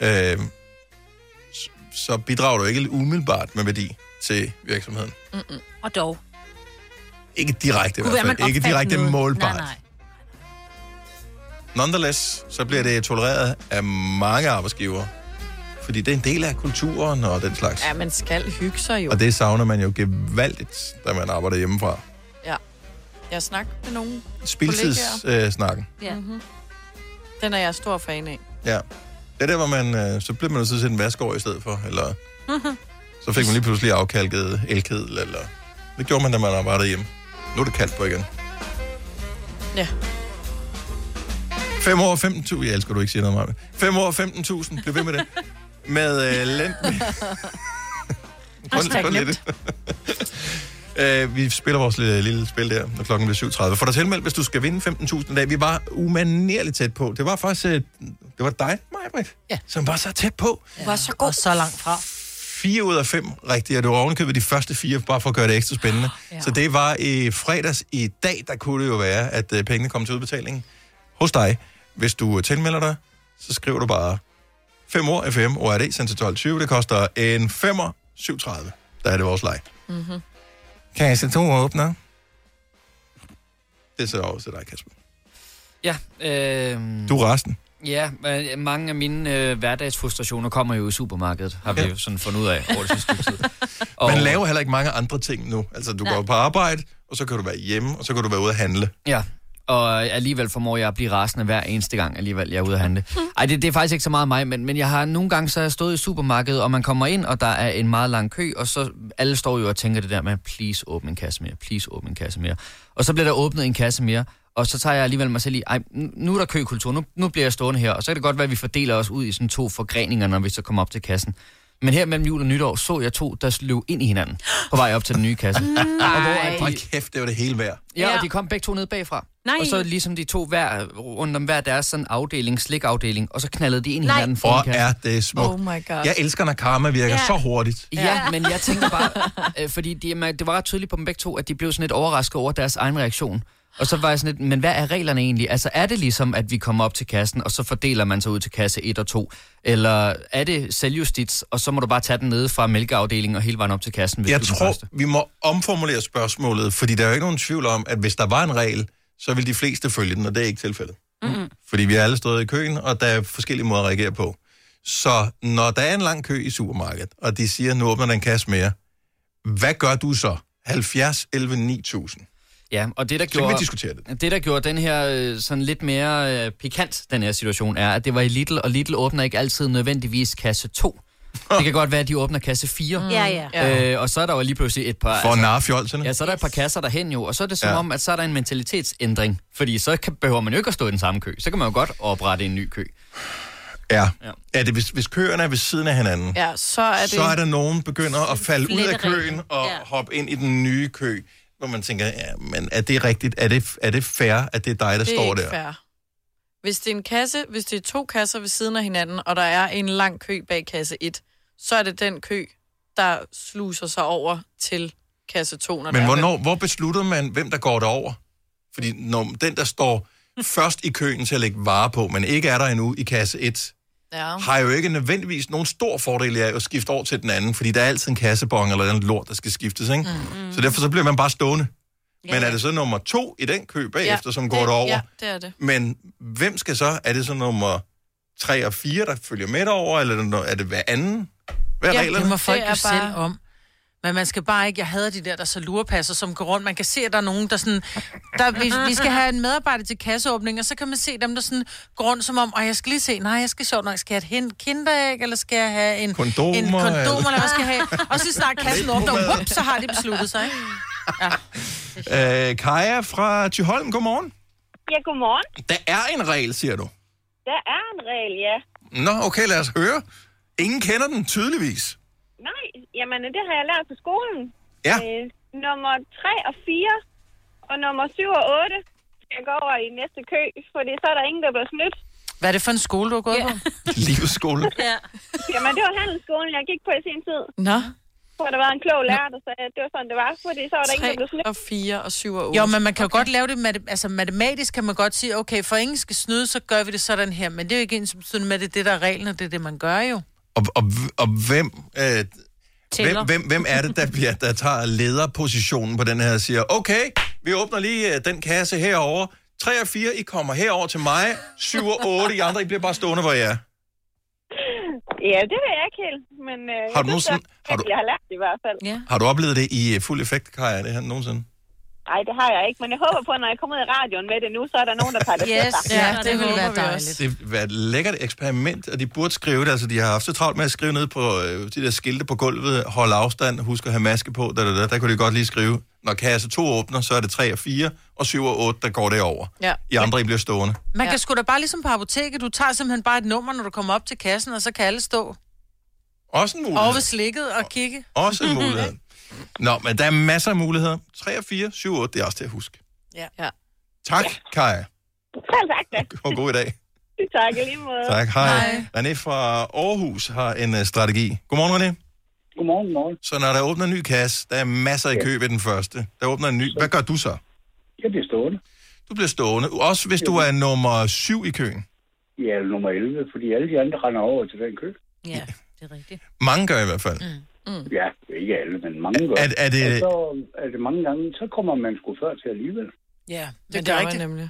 Speaker 1: øhm, s- så bidrager du ikke umiddelbart med værdi til virksomheden.
Speaker 3: Mm-mm. Og dog.
Speaker 1: Ikke direkte i
Speaker 3: Kunne
Speaker 1: hvert
Speaker 3: være, man
Speaker 1: fald. Ikke
Speaker 3: opfandt
Speaker 1: direkte
Speaker 3: noget.
Speaker 1: målbart.
Speaker 3: Nej, nej.
Speaker 1: Nonetheless, så bliver det tolereret af mange arbejdsgivere. Fordi det er en del af kulturen og den slags.
Speaker 4: Ja, man skal hygge sig jo.
Speaker 1: Og det savner man jo gevaldigt, da man arbejder hjemmefra.
Speaker 4: Ja. Jeg har snakket med nogen kollegaer. Mhm.
Speaker 1: Spildtidssnakken. Øh, snakken.
Speaker 4: Ja. Mm-hmm. Den er jeg stor fan af.
Speaker 1: ja. Det er der, hvor man, øh, så bliver man nødt til at sætte en vask over i stedet for, eller
Speaker 20: Mhm.
Speaker 1: så fik man lige pludselig afkalket elkedel, eller det gjorde man, da man arbejdede hjemme. Nu er det kaldt på igen.
Speaker 4: Ja.
Speaker 1: 5 år og 15.000, jeg elsker, du ikke siger noget om 5 år og 15.000, bliv ved med det. Med øh, lænd...
Speaker 8: Hashtag
Speaker 1: lidt. øh, vi spiller vores lille, lille spil der, når klokken bliver 7.30. Få dig tilmeldt, hvis du skal vinde 15.000 i dag. Vi var umanerligt tæt på. Det var faktisk øh, det var dig, Majbrit, ja. som var så tæt på.
Speaker 2: Ja. Var så god. Og så langt fra.
Speaker 1: Fire ud af fem rigtige, og det var ovenkøbet de første fire, bare for at gøre det ekstra spændende.
Speaker 2: Ja.
Speaker 1: Ah, Ja. Så det var i fredags i dag, der kunne det jo være, at øh, pengene kom til udbetaling hos dig. Hvis du øh, tilmelder dig, så skriver du bare 5 år FM ORD, sendt til 12.20. Det koster en 5'er 7.30. Der er det vores leg.
Speaker 8: Mm-hmm.
Speaker 1: Kasse 2 åbner. Det er så over til dig, Kasper.
Speaker 20: Ja, øh,
Speaker 1: Du er resten.
Speaker 20: ja øh, mange af mine øh, hverdagsfrustrationer kommer jo i supermarkedet, har vi
Speaker 1: Ja.
Speaker 20: jo sådan fundet ud af over det sidste stykke tid.
Speaker 1: Og... Man laver heller ikke mange andre ting nu. Altså, du
Speaker 20: Nej.
Speaker 1: går på arbejde, og så kan du være hjemme, og så kan du være ude at handle.
Speaker 20: Ja, og alligevel formår jeg at blive rasende hver eneste gang, alligevel jeg er ude at handle. Ej, det, det er faktisk ikke så meget mig, men, men jeg har nogle gange så har jeg stået i supermarkedet, og man kommer ind, og der er en meget lang kø, og så alle står jo og tænker det der med, please åbne en kasse mere, please åbne en kasse mere. Og så bliver der åbnet en kasse mere, og så tager jeg alligevel mig selv i, ej, nu- nu er der køkultur, nu, nu bliver jeg stående her, og så kan det godt være, at vi fordeler os ud i sådan to forgreninger, når vi så kommer op til kassen. Men her mellem jul og nytår så jeg to, der løb ind i hinanden på vej op til den nye kasse. Og hvor at de-
Speaker 1: Hold kæft, det var det hele værd.
Speaker 20: Ja, og de kom begge to ned bagfra.
Speaker 3: Nej.
Speaker 20: Og så ligesom de to hver, rundt om hver deres sådan afdeling, slikafdeling, og så knaldede de ind i
Speaker 3: Nej.
Speaker 20: hinanden
Speaker 1: Hvor
Speaker 20: foran kassen.
Speaker 1: er det smukt.
Speaker 20: Oh my God.
Speaker 1: Jeg elsker, når karma virker
Speaker 20: Ja.
Speaker 1: så hurtigt.
Speaker 20: Ja, ja, men jeg tænker bare, øh, fordi de, man- det var ret tydeligt på dem begge to, at de blev sådan lidt overrasket over deres egen reaktion. Og så var jeg sådan lidt, men hvad er reglerne egentlig? Altså er det ligesom, at vi kommer op til kassen, og så fordeler man sig ud til kasse 1 og 2? Eller er det selvjustits, og så må du bare tage den nede fra mælkeafdelingen og hele vejen op til kassen? Hvis
Speaker 1: Jeg
Speaker 20: du er den
Speaker 1: tror,
Speaker 20: første?
Speaker 1: vi må omformulere spørgsmålet, fordi der er jo ikke nogen tvivl om, at hvis der var en regel, så ville de fleste følge den, og det er ikke tilfældet.
Speaker 20: Mm.
Speaker 8: Mm-hmm.
Speaker 1: Fordi vi har alle stået i køen, og der er forskellige måder at reagere på. Så når der er en lang kø i supermarkedet, og de siger, nu åbner den kasse mere, hvad gør du så? 70, 11, 9000.
Speaker 20: Ja, og det der
Speaker 1: Så kan vi
Speaker 20: gjorde-
Speaker 1: diskutere det.
Speaker 20: Det, der gjorde den her øh, sådan lidt mere øh, pikant, den her situation, er, at det var i Lidl, og Lidl åbner ikke altid nødvendigvis kasse 2. Det kan godt være, at de åbner kasse 4.
Speaker 3: Mm. Ja, ja.
Speaker 20: Øh, og så er der jo lige pludselig et par... altså-
Speaker 1: For narfjolserne.
Speaker 20: Ja, så er der et par kasser derhen jo, og så er det som
Speaker 1: Ja.
Speaker 20: ja. om, at så er der en mentalitetsændring. Fordi så kan, behøver man jo ikke at stå i den samme kø. Så kan man jo godt oprette en ny kø.
Speaker 1: Ja. ja. Er det, hvis, hvis køerne er ved siden af hinanden,
Speaker 4: Ja, så er det...
Speaker 1: så er der nogen begynder at falde ud af
Speaker 4: Flætteri.
Speaker 1: køen og ja. hoppe ind i den nye kø, hvor man tænker, ja, men er det rigtigt? Er det, er det fair, at det er dig, der
Speaker 4: det er
Speaker 1: står
Speaker 4: ikke
Speaker 1: der?
Speaker 4: Fair. Hvis det er en kasse, hvis det er to kasser ved siden af hinanden, og der er en lang kø bag kasse 1, så er det den kø, der sluser sig over til kasse 2. Når der
Speaker 1: Men
Speaker 4: er-
Speaker 1: hvornår, hvor beslutter man, hvem der går derover? Fordi når den, der står først i køen til at lægge varer på, men ikke er der endnu i kasse 1,
Speaker 4: Ja.
Speaker 1: har jo ikke nødvendigvis nogen stor fordel af at skifte over til den anden, fordi der er altid en kassebong eller en lort, der skal skiftes, ikke?
Speaker 4: Mm-hmm.
Speaker 1: Mm. Så derfor så bliver man bare stående. Men er det så nummer to i den kø bagefter, ja, som går
Speaker 4: det,
Speaker 1: derover?
Speaker 4: Ja, det er det.
Speaker 1: Men hvem skal så? Er det så nummer 3 og 4, der følger med derover, eller er det no- er det hver anden? Hvad er
Speaker 2: Ja,
Speaker 1: reglerne?
Speaker 2: Det må folk jo bare... selv om. Men man skal bare ikke, jeg hader de der, der så lurepasser, som går rundt. Man kan se, at der er nogen, der sådan, der, vi, vi skal have en medarbejder til kasseåbning, og så kan man se dem, der sådan går rundt som om, og jeg skal lige se, nej, jeg skal sjovt nok, skal jeg have et hen- kinderæg, eller skal jeg have en
Speaker 1: Kondomer,
Speaker 2: en kondom eller
Speaker 1: eller-
Speaker 2: hvad skal jeg have? Og så snart kassen åbner, whoop, så har de besluttet sig, ikke?
Speaker 1: Øh, Kaja fra Thyholm, godmorgen.
Speaker 21: Ja, godmorgen.
Speaker 1: Der er en regel, siger du.
Speaker 21: Der er en regel, ja.
Speaker 1: Nå, okay, lad os høre. Ingen kender den, tydeligvis.
Speaker 21: Nej, jamen det har jeg lært på skolen.
Speaker 1: Ja.
Speaker 21: Øh, nummer 3 og 4 og nummer 7 og 8 skal gå over i næste kø, fordi så er der ingen, der bliver snydt.
Speaker 2: Hvad er det for en skole, du har gået på?
Speaker 1: Livets skole.
Speaker 21: Ja. jamen det var handelsskolen, jeg gik på i sin tid.
Speaker 4: Nå.
Speaker 21: Jeg tror, der var en klog lærer, der sagde, at det var sådan, det var, fordi så var der ingen, der blev snydt.
Speaker 4: og 4 og 7 og 8.
Speaker 2: Jo, men man kan okay. jo godt lave det, mat- altså matematisk kan man godt sige, okay, for ingen skal snyde, så gør vi det sådan her. Men det er jo ikke ens betydende med, at det er det, der er reglen, og det er det, man gør jo.
Speaker 1: Og, og, og hvem, øh,
Speaker 2: Tæller.
Speaker 1: hvem, hvem, hvem er det, der, bliver, der tager lederpositionen på den her og siger, okay, vi åbner lige øh, den kasse herover. 3 og 4, I kommer herover til mig. 7 og 8, I andre, I bliver bare stående, hvor jeg er.
Speaker 21: Ja, det ved jeg ikke helt, men øh,
Speaker 1: Har du
Speaker 21: jeg, synes,
Speaker 1: nogensinde-
Speaker 21: jeg-
Speaker 1: har du-
Speaker 21: jeg har lært det i hvert fald.
Speaker 3: Ja.
Speaker 1: Har du oplevet det i øh, fuld effekt, Kaja, det her nogensinde?
Speaker 21: Nej, det har jeg ikke, men jeg håber på, at når jeg kommer ud i radioen med det nu, så er der nogen, der tager det til
Speaker 2: Yes,
Speaker 21: sig.
Speaker 2: ja, det ville være dejligt.
Speaker 1: Det var et lækkert eksperiment, og de burde skrive det. Altså, de har haft så travlt med at skrive ned på øh, de der skilte på gulvet, hold afstand, husk at have maske på, da, da, da. der kunne de godt lige skrive, når kasse 2 åbner, så er det 3 og 4, og 7 og 8, der går det over.
Speaker 2: Ja.
Speaker 1: I andre, I bliver stående.
Speaker 2: Man ja. kan sgu da bare ligesom på apoteket, du tager simpelthen bare et nummer, når du kommer op til kassen, og så kan alle stå
Speaker 1: Også en mulighed.
Speaker 2: over ved slikket og kigge.
Speaker 1: Også en mulighed. Nå, men der er masser af muligheder. 3 og 4, 7 og 8, det er også til at huske.
Speaker 2: Ja.
Speaker 4: ja.
Speaker 1: Tak, Kaja,
Speaker 21: Selv tak da.
Speaker 1: og god dag.
Speaker 21: Tak i lige måde.
Speaker 1: Tak, hej. René fra Aarhus har en øh, strategi. Godmorgen, René.
Speaker 22: Godmorgen, godmorgen.
Speaker 1: Så når der åbner en ny kasse, der er masser i
Speaker 22: Ja.
Speaker 1: kø ved den første. Der åbner en ny. Hvad gør du så?
Speaker 22: Jeg bliver stående.
Speaker 1: Du bliver stående, også hvis du er nummer syv i køen.
Speaker 22: Ja, eller nummer 11, fordi alle de andre render over til den kø.
Speaker 3: Ja.
Speaker 1: Mange gør i hvert fald.
Speaker 22: Mm. Ja, ikke alle, men mange gør.
Speaker 1: Er- er det-
Speaker 22: Og så er det mange gange, så kommer man sgu før til alligevel.
Speaker 2: Ja, det,
Speaker 4: det
Speaker 2: er
Speaker 4: gør man
Speaker 2: rigtigt.
Speaker 4: nemlig.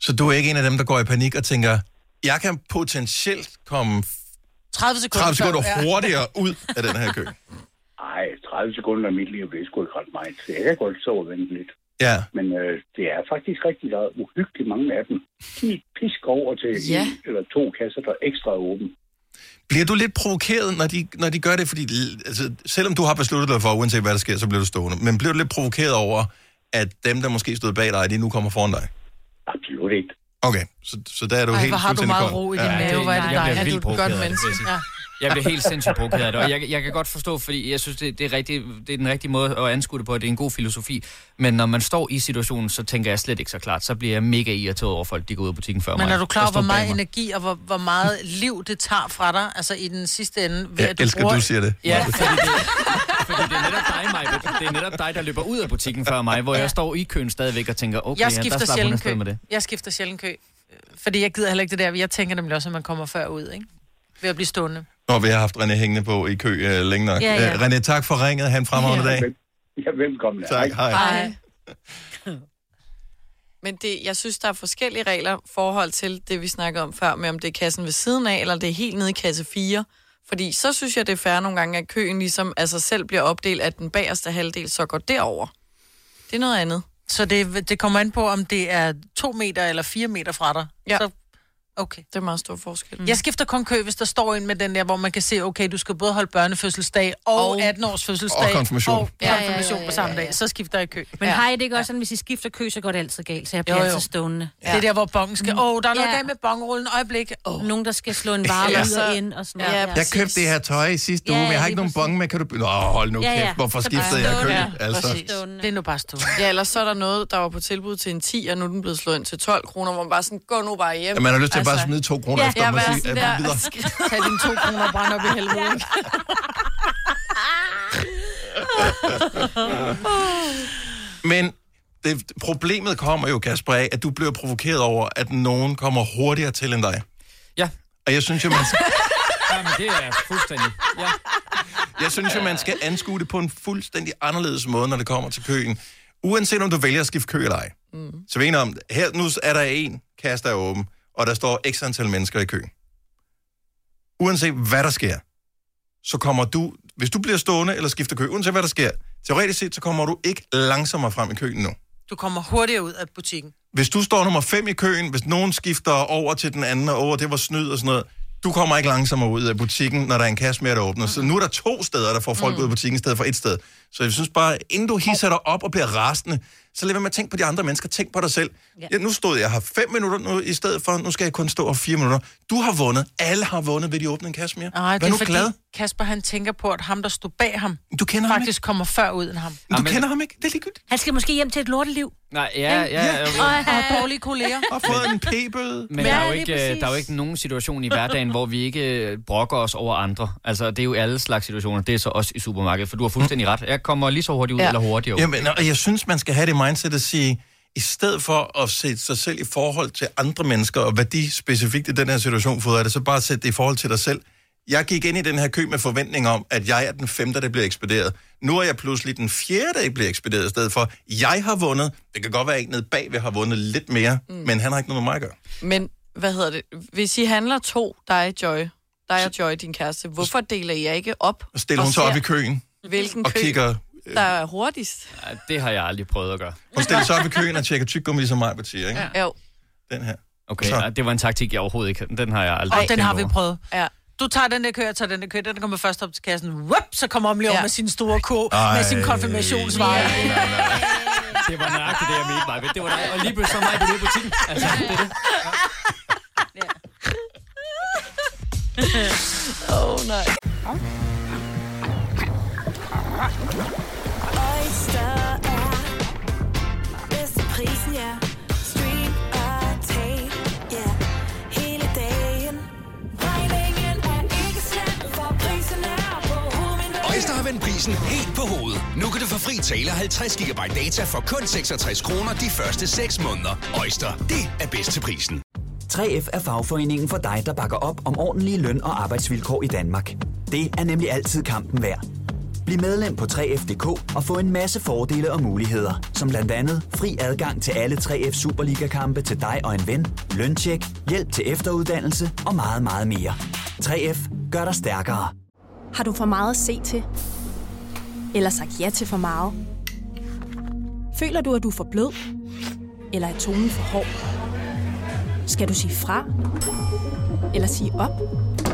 Speaker 1: Så du er ikke en af dem, der går i panik og tænker, jeg kan potentielt komme
Speaker 2: 30 sekunder,
Speaker 1: 30 sekunder
Speaker 2: før, ja.
Speaker 1: hurtigere ud af den her kø.
Speaker 22: Nej, 30 sekunder af mit liv, det er sgu ikke ret meget. Så jeg kan godt sove og vente lidt.
Speaker 1: Ja.
Speaker 22: Men øh, det er faktisk rigtig der er uhyggeligt mange af dem. De pisker over til
Speaker 1: Ja.
Speaker 22: en eller to kasser, der er ekstra åbne.
Speaker 1: Bliver du lidt provokeret, når de, når de gør det? Fordi l- altså, selvom du har besluttet dig for, uanset hvad der sker, så bliver du stående. Men bliver du lidt provokeret over, at dem, der måske stod bag dig, de nu kommer foran dig?
Speaker 22: Absolut ikke.
Speaker 1: Okay, så, så der er du
Speaker 2: Ej,
Speaker 1: helt
Speaker 2: hvor har du
Speaker 1: fuldstændig
Speaker 2: meget
Speaker 1: kold.
Speaker 2: ro i din mave, hvor er det
Speaker 20: jeg
Speaker 2: dejligt.
Speaker 20: bliver
Speaker 2: Er du
Speaker 20: vildt
Speaker 2: et godt
Speaker 20: provokeret af det,
Speaker 2: menneske?
Speaker 20: vil jeg sige.
Speaker 2: Ja.
Speaker 20: Jeg bliver helt sindssygt provokeret af det, og jeg, jeg kan godt forstå, fordi jeg synes, det, det, er rigtig, det er den rigtige måde at anskue det på, at det er en god filosofi. Men når man står i situationen, så tænker jeg slet ikke så klart. Så bliver jeg mega irriteret over folk, de går ud af butikken før mig.
Speaker 2: Men er du klar over, hvor
Speaker 20: Der står bag
Speaker 2: meget
Speaker 20: mig.
Speaker 2: energi og hvor, hvor meget liv det tager fra dig, altså i den sidste ende, ved
Speaker 20: Jeg
Speaker 2: at du
Speaker 20: elsker,
Speaker 2: bruger...
Speaker 20: du siger det.
Speaker 2: Ja.
Speaker 20: Fordi det er netop dig, Maja. Det er netop dig, der løber ud af butikken før mig, hvor jeg står i køen stadigvæk og tænker, okay,
Speaker 2: jeg
Speaker 20: ja, der
Speaker 2: skifter
Speaker 20: slap hun
Speaker 2: sjældent
Speaker 20: afsted
Speaker 2: kø.
Speaker 20: med det.
Speaker 2: Jeg skifter sjældent kø. Fordi jeg gider heller ikke det der. Jeg tænker nemlig også, at man kommer før ud, ikke? Ved at blive stående.
Speaker 1: Nå, vi har haft René hængende på i kø øh, længe nok.
Speaker 2: Ja, ja.
Speaker 1: Øh, René, tak for ringet. Han fremragende
Speaker 2: Ja.
Speaker 1: dag.
Speaker 22: Ja, velkommen.
Speaker 1: Tak, hej.
Speaker 4: Men det, jeg synes, der er forskellige regler i forhold til det, vi snakkede om før, med om det er kassen ved siden af, eller det er helt nede i kasse 4. Fordi så synes jeg, det er fair nogle gange, at køen ligesom af sig selv bliver opdelt, at den bagerste halvdel så går derover. Det er noget andet.
Speaker 2: Så det, det kommer an på, om det er to meter eller fire meter fra dig.
Speaker 4: Ja.
Speaker 2: Så, okay.
Speaker 4: Det er meget stor forskel.
Speaker 2: Jeg skifter kun kø, hvis der står en med den der, hvor man kan se, okay, du skal både holde børnefødselsdag og, og 18-års fødselsdag.
Speaker 1: og konfirmation.
Speaker 2: Og
Speaker 3: Ja, ja, ja,
Speaker 2: konfirmation
Speaker 3: ja,
Speaker 2: på
Speaker 3: ja,
Speaker 2: samme
Speaker 3: ja.
Speaker 2: dag. Så skifter jeg kø.
Speaker 3: Men har I det ikke også sådan, hvis I skifter kø, så går det altid galt, så jeg bliver
Speaker 2: Jo, jo.
Speaker 3: altid stående?
Speaker 2: Ja. Det er der, hvor bongen skal... Åh, oh, der er noget
Speaker 3: Ja.
Speaker 2: galt med bongrullen. Øjeblik. Oh.
Speaker 3: Nogen, der skal slå en varme
Speaker 1: Ja.
Speaker 3: ud og ind og sådan noget.
Speaker 1: Jeg købte det her tøj i sidste
Speaker 3: Ja,
Speaker 1: uge, men
Speaker 3: ja,
Speaker 1: jeg har
Speaker 3: lige
Speaker 1: ikke nogen bonge med. Kan du... Nå, hold nu kæft, hvorfor
Speaker 4: Så
Speaker 1: skiftede
Speaker 4: bare
Speaker 1: jeg kø?
Speaker 4: stående.
Speaker 1: Altså,
Speaker 4: præcis.
Speaker 2: Det er nu bare stående.
Speaker 4: Ja, ellers så er der noget, der var på tilbud til en 10, og nu er den blevet slået ind til 12 kroner, hvor man bare sådan, gå nu bare hjem. Altså,
Speaker 1: Ja, man har lyst til bare at smide to kroner efter
Speaker 4: ja,
Speaker 1: dem og
Speaker 4: være
Speaker 1: sige,
Speaker 4: sådan
Speaker 1: at man
Speaker 4: der,
Speaker 1: videre.
Speaker 4: skal- Tag dine to kroner og brænde op i helvede.
Speaker 1: Men det, problemet kommer jo, Kasper, af, at du bliver provokeret over, at nogen kommer hurtigere til end dig.
Speaker 20: Ja.
Speaker 1: Og jeg synes jo, man skal,
Speaker 20: Jamen, det er fuldstændig. Ja.
Speaker 1: jeg synes jo, man skal anskue det på en fuldstændig anderledes måde, når det kommer til køen. Uanset om du vælger at skifte kø eller ej. Mm. Så vi er enige om, her nu er der en kasse, der er åben, og der står x antal mennesker i kø. Uanset hvad der sker, så kommer du, hvis du bliver stående eller skifter kø, uanset hvad der sker, teoretisk set, så kommer du ikke langsommere frem i køen nu.
Speaker 2: Du kommer hurtigere ud af butikken.
Speaker 1: hvis du står nummer 5 i køen, hvis nogen skifter over til den anden, og over, det var snyd og sådan noget, du kommer ikke langsommere ud af butikken, når der er en kasse mere, der åbner. Så nu er der to steder, der får folk
Speaker 2: Mm.
Speaker 1: ud af butikken, i stedet for et sted. Så jeg synes bare, inden du hisser dig op og bliver rasende, så lad være med at tænke på de andre mennesker. Tænk på dig selv. Ja, nu stod jeg her fem minutter nu, i stedet for, nu skal jeg kun stå her fire minutter. Du har vundet. Alle har vundet ved de åbne en kasse mere.
Speaker 2: Nej,
Speaker 1: Vær
Speaker 2: det er
Speaker 1: nu
Speaker 2: fordi
Speaker 1: glad.
Speaker 2: Kasper, han tænker på, at ham, der stod bag ham,
Speaker 1: du kender
Speaker 2: faktisk kommer før ud end ham.
Speaker 1: Du kender ham ikke? Det er ligegyldigt.
Speaker 3: Han skal måske hjem til et lorteliv.
Speaker 20: Nej, ja, ja, ja.
Speaker 3: Og
Speaker 20: ja.
Speaker 3: har
Speaker 2: dårlige kolleger.
Speaker 1: Og fået en p-bøde.
Speaker 20: Men der, er jo ikke, øh, der er jo ikke nogen situation i hverdagen, hvor vi ikke øh, brokker os over andre. Altså, det er jo alle slags situationer. Det er så også i supermarkedet, for du har fuldstændig ret. Jeg kommer lige så hurtigt ud, ja. eller hurtigere ud.
Speaker 1: Jamen, og jeg synes, man skal have det mindset at sige, i stedet for at sætte sig selv i forhold til andre mennesker, og hvad de specifikt i den her situation får ud af det, så bare sætte det i forhold til dig selv. Jeg gik ind i den her kø med forventning om, at jeg er den femte, der bliver ekspederet. Nu er jeg pludselig den fjerde, der bliver ekspederet i stedet for. Jeg har vundet. Det kan godt være, at en nede bagved har vundet lidt mere, mm. men han har ikke noget med mig at gøre.
Speaker 4: Men hvad hedder det? Hvis I handler to, dig Joy, dig og Joy, din kæreste, hvorfor deler I jer ikke op?
Speaker 1: Og stiller
Speaker 4: og
Speaker 1: hun så op
Speaker 4: ser,
Speaker 1: i køen
Speaker 4: Hvilken
Speaker 1: og
Speaker 4: kø?
Speaker 1: kigger øh,
Speaker 4: der er hurtigst.
Speaker 20: Ej, det har jeg aldrig prøvet at gøre.
Speaker 1: Hun stiller sig op i køen og tjekker tyggegummi, ligesom mig siger, ikke?
Speaker 4: Jo.
Speaker 1: Den her.
Speaker 20: Okay, nej, det var en taktik, jeg overhovedet ikke... Den har jeg aldrig
Speaker 2: Og den
Speaker 20: tænkt
Speaker 2: har vi
Speaker 20: over.
Speaker 2: prøvet. Ja. Du tager den der kø, jeg tager den der kø, den kommer først op til kassen. Whoop, så kommer om lige over ja. med sin store ko, med sin
Speaker 20: Ej.
Speaker 2: konfirmationsvej.
Speaker 20: Nej, Det var nøjagtigt det, jeg mente, Maja. Det var dig. Og lige pludselig så mig på det i butikken. Altså, det er det.
Speaker 4: Åh, oh, nej.
Speaker 8: Oyster er bedst til prisen, ja. Stream og tag, ja. Hele dagen. Regningen er ikke slem, for prisen er på hovedet.
Speaker 18: Øjster har vendt prisen helt på hovedet. Nu kan du få fri tale 50 GB data for kun 66 kroner de første 6 måneder. Øjster, det er bedst til prisen.
Speaker 13: 3F er fagforeningen for dig, der bakker op om ordentlige løn- og arbejdsvilkår i Danmark. Det er nemlig altid kampen værd. Bliv medlem på 3F.dk og få en masse fordele og muligheder, som blandt andet fri adgang til alle 3F Superliga-kampe til dig og en ven, løntjek, hjælp til efteruddannelse og meget, meget mere. 3F gør dig stærkere.
Speaker 9: Har du for meget at se til? Eller sagt ja til for meget? Føler du, at du er for blød? Eller er tonen for hård? Skal du sige fra? Eller sige op?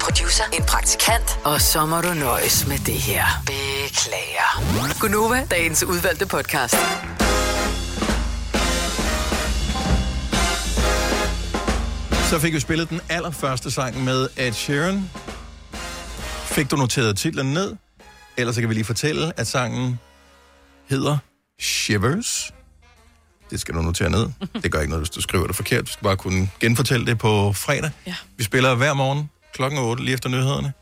Speaker 12: producer. En praktikant. Og så må du nøjes med det her. Beklager. Gunova, dagens udvalgte podcast.
Speaker 1: Så fik vi spillet den allerførste sang med Ed Sheeran. Fik du noteret titlen ned? Ellers så kan vi lige fortælle, at sangen hedder Shivers. Det skal du notere ned. Det gør ikke noget, hvis du skriver det forkert. Du skal bare kunne genfortælle det på fredag. Ja. Vi spiller hver morgen klokken 8 lige efter nyhederne.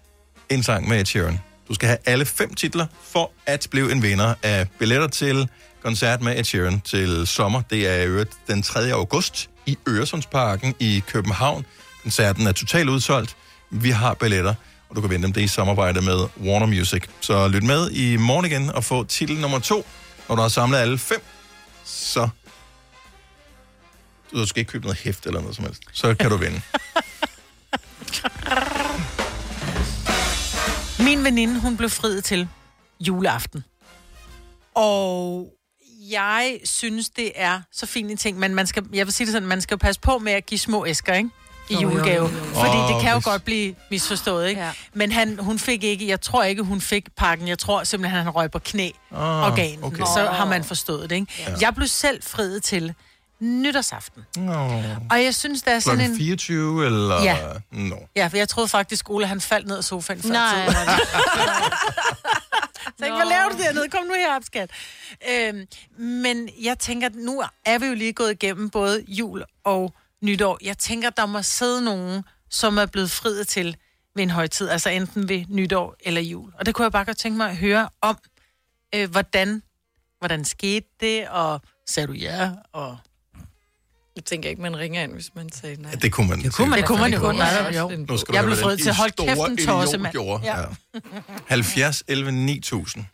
Speaker 1: En sang med Ed Sheeran. Du skal have alle fem titler for at blive en vinder af billetter til koncert med Ed Sheeran til sommer. Det er i øvrigt den 3. august i Øresundsparken i København. Koncerten er totalt udsolgt. Vi har billetter, og du kan vinde dem det er i samarbejde med Warner Music. Så lyt med i morgen igen og få titel nummer to. Når du har samlet alle fem, så du skal ikke købe noget hæft eller noget som helst. Så kan du vinde.
Speaker 2: Min veninde, hun blev friet til juleaften. Og jeg synes, det er så fint en ting, men man skal, jeg vil sige det sådan, man skal jo passe på med at give små æsker, ikke? I
Speaker 3: Jo, jo,
Speaker 2: julegave.
Speaker 3: jo, jo.
Speaker 2: Fordi
Speaker 3: Åh,
Speaker 2: det kan jo
Speaker 3: hvis-
Speaker 2: godt blive misforstået, ikke? Ja. Men han, hun fik ikke, jeg tror ikke, hun fik pakken. Jeg tror simpelthen, han røg på knæ
Speaker 3: Ah,
Speaker 2: organen.
Speaker 3: okay.
Speaker 2: Okay. Så
Speaker 3: Nå.
Speaker 2: har man forstået det, ikke?
Speaker 1: Ja.
Speaker 2: Ja. Jeg blev selv friet til nytårsaften.
Speaker 1: Nå.
Speaker 2: Og jeg synes, der er sådan
Speaker 1: Klokken
Speaker 2: en...
Speaker 1: 24, eller...
Speaker 2: Ja.
Speaker 1: Nå.
Speaker 2: Ja, for jeg troede faktisk, Ole han faldt ned af sofaen før
Speaker 3: Nej.
Speaker 2: tid. Så ikke, hvad laver du dernede? Kom nu herop, skat. Øhm, men jeg tænker, nu er vi jo lige gået igennem både jul og nytår. Jeg tænker, der må sidde nogen, som er blevet friet til ved en højtid, altså enten ved nytår eller jul. Og det kunne jeg bare godt tænke mig at høre om, øh, hvordan, hvordan skete det, og sagde du ja, og...
Speaker 4: Jeg tænker ikke, man ringer ind, hvis man sagde nej.
Speaker 1: Det kunne man.
Speaker 4: Det kunne man,
Speaker 2: det kunne man jo
Speaker 4: godt.
Speaker 2: godt. Nej, jo.
Speaker 1: Nu skal du
Speaker 2: Jeg
Speaker 1: høre,
Speaker 2: blev
Speaker 1: hvad
Speaker 2: fået
Speaker 1: den
Speaker 2: til at holde
Speaker 1: store
Speaker 2: kæften,
Speaker 1: idiot
Speaker 2: tosse, mand.
Speaker 1: gjorde.
Speaker 2: Ja.
Speaker 1: Ja. 70, 11, 9000.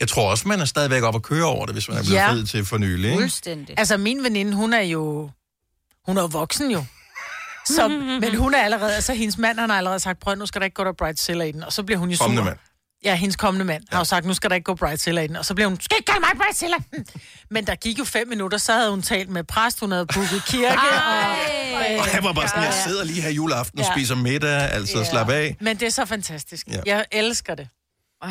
Speaker 1: Jeg tror også, man er stadigvæk op at køre over det, hvis man er blevet
Speaker 2: Ja.
Speaker 1: fed til for nylig. Ikke?
Speaker 3: Fuldstændig.
Speaker 2: Altså, min veninde, hun er jo... Hun er jo voksen jo. Så, men hun er allerede... Altså, hendes mand, han har allerede sagt, prøv, nu skal der ikke gå der bridezilla i den. Og så bliver hun jo sur.
Speaker 1: Kommende mand.
Speaker 2: Ja, hendes kommende mand ja. har jo sagt, nu skal der ikke gå bridezilla i den. Og så bliver hun, skal ikke kalde mig bridezilla. Men der gik jo fem minutter, så havde hun talt med præst, hun havde booket kirke. og,
Speaker 1: Og jeg var bare sådan, jeg sidder lige her juleaften og
Speaker 2: Ja.
Speaker 1: spiser middag, altså slap af.
Speaker 2: Men det er så fantastisk.
Speaker 1: Ja.
Speaker 2: Ja. Jeg elsker det. Ej.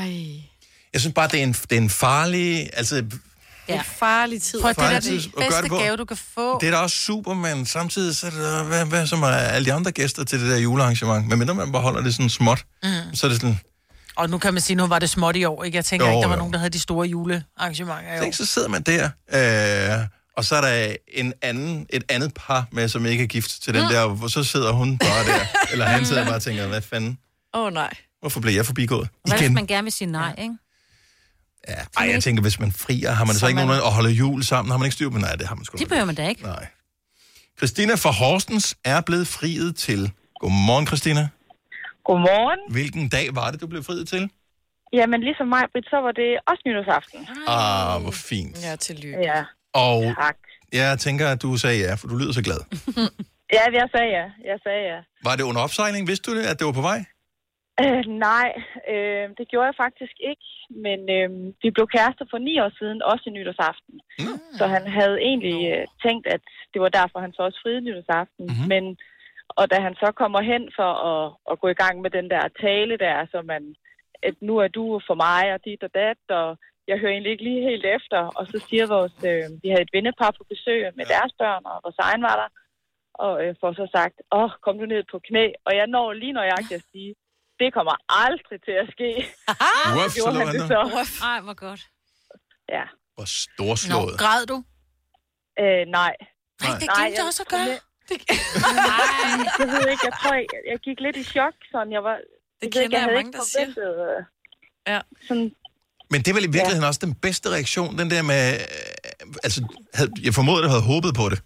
Speaker 1: Jeg synes bare, det er en, det er en farlig... Altså, det
Speaker 2: Ja. Det er farlig tid. Prøv, det er da
Speaker 1: Farlig tid at
Speaker 2: den
Speaker 1: gøre det
Speaker 2: bedste
Speaker 1: på.
Speaker 2: gave, du kan få.
Speaker 1: er da også super, men samtidig så er det, øh, hvad, hvad som er alle de andre gæster til det der julearrangement. Men mindre man bare holder det sådan småt,
Speaker 2: Mm.
Speaker 1: så er det sådan,
Speaker 2: Og nu kan man sige, nu var det småt i år, ikke? Jeg tænker
Speaker 1: Jo,
Speaker 2: jo, ikke, der var
Speaker 1: jo.
Speaker 2: nogen, der havde de store julearrangementer i år.
Speaker 1: Tænk, så sidder man der, øh, og så er der en anden, et andet par med, som ikke er gift til den
Speaker 4: Mm.
Speaker 1: der, og så sidder hun bare der, eller han sidder bare og tænker, hvad fanden,
Speaker 4: Åh, oh, nej.
Speaker 1: hvorfor blev jeg forbigået?
Speaker 3: Hvad hvis man gerne vil sige nej, ikke?
Speaker 1: Ja, ej, jeg tænker, hvis man frier, har man så,
Speaker 3: Så
Speaker 1: ikke
Speaker 3: man-
Speaker 1: nogen at holde jul sammen? Har man ikke styr på? men Nej, det har man sgu da.
Speaker 3: Det behøver man da ikke.
Speaker 1: Nej. Christina fra Horsens er blevet friet til... Godmorgen, Christina.
Speaker 6: Godmorgen.
Speaker 1: Hvilken dag var det, du blev friet til?
Speaker 6: Jamen, ligesom mig, Britt, så var det også nytårsaften.
Speaker 1: Ah, hvor fint.
Speaker 6: Ja, tillykke. Ja.
Speaker 1: Og jeg tænker, at du sagde ja, for du lyder så glad.
Speaker 6: ja, jeg sagde ja. Jeg sagde ja.
Speaker 1: Var det under opsejling? Vidste du det, at det var på vej?
Speaker 6: Øh, nej, øh, det gjorde jeg faktisk ikke, men øh, vi blev kærester for ni år siden, også i nytårsaften. Mm. Så han havde egentlig øh, tænkt, at det var derfor, han så også friede nytårsaften. Mm-hmm. Men, og da han så kommer hen for at, at gå i gang med den der tale der, så man, at nu er du for mig, og dit og dat, og jeg hører egentlig ikke lige helt efter. Og så siger vores, øh, vi havde et vennepar på besøg med deres børn, og vores egen var der, og øh, får så sagt, åh, oh, kom du ned på knæ, og jeg når lige nøjagtigt at sige, det kommer aldrig til at ske.
Speaker 4: Ah,
Speaker 1: Uff, så lå han der.
Speaker 3: Ej, hvor godt.
Speaker 6: Ja.
Speaker 1: Hvor storslået.
Speaker 6: græd du? Øh, nej.
Speaker 1: Nej,
Speaker 6: det glemte jeg også at gøre. Nej, jeg ved ikke, jeg tror, jeg, jeg gik lidt i chok, sådan jeg var... Det
Speaker 4: kender jeg
Speaker 6: havde
Speaker 4: mange,
Speaker 6: ikke
Speaker 4: der siger.
Speaker 6: forventet, øh, Sådan,
Speaker 1: Men det er vel i virkeligheden ja. også den bedste reaktion, den der med... øh, Altså, havde, jeg formoder, du havde håbet på det.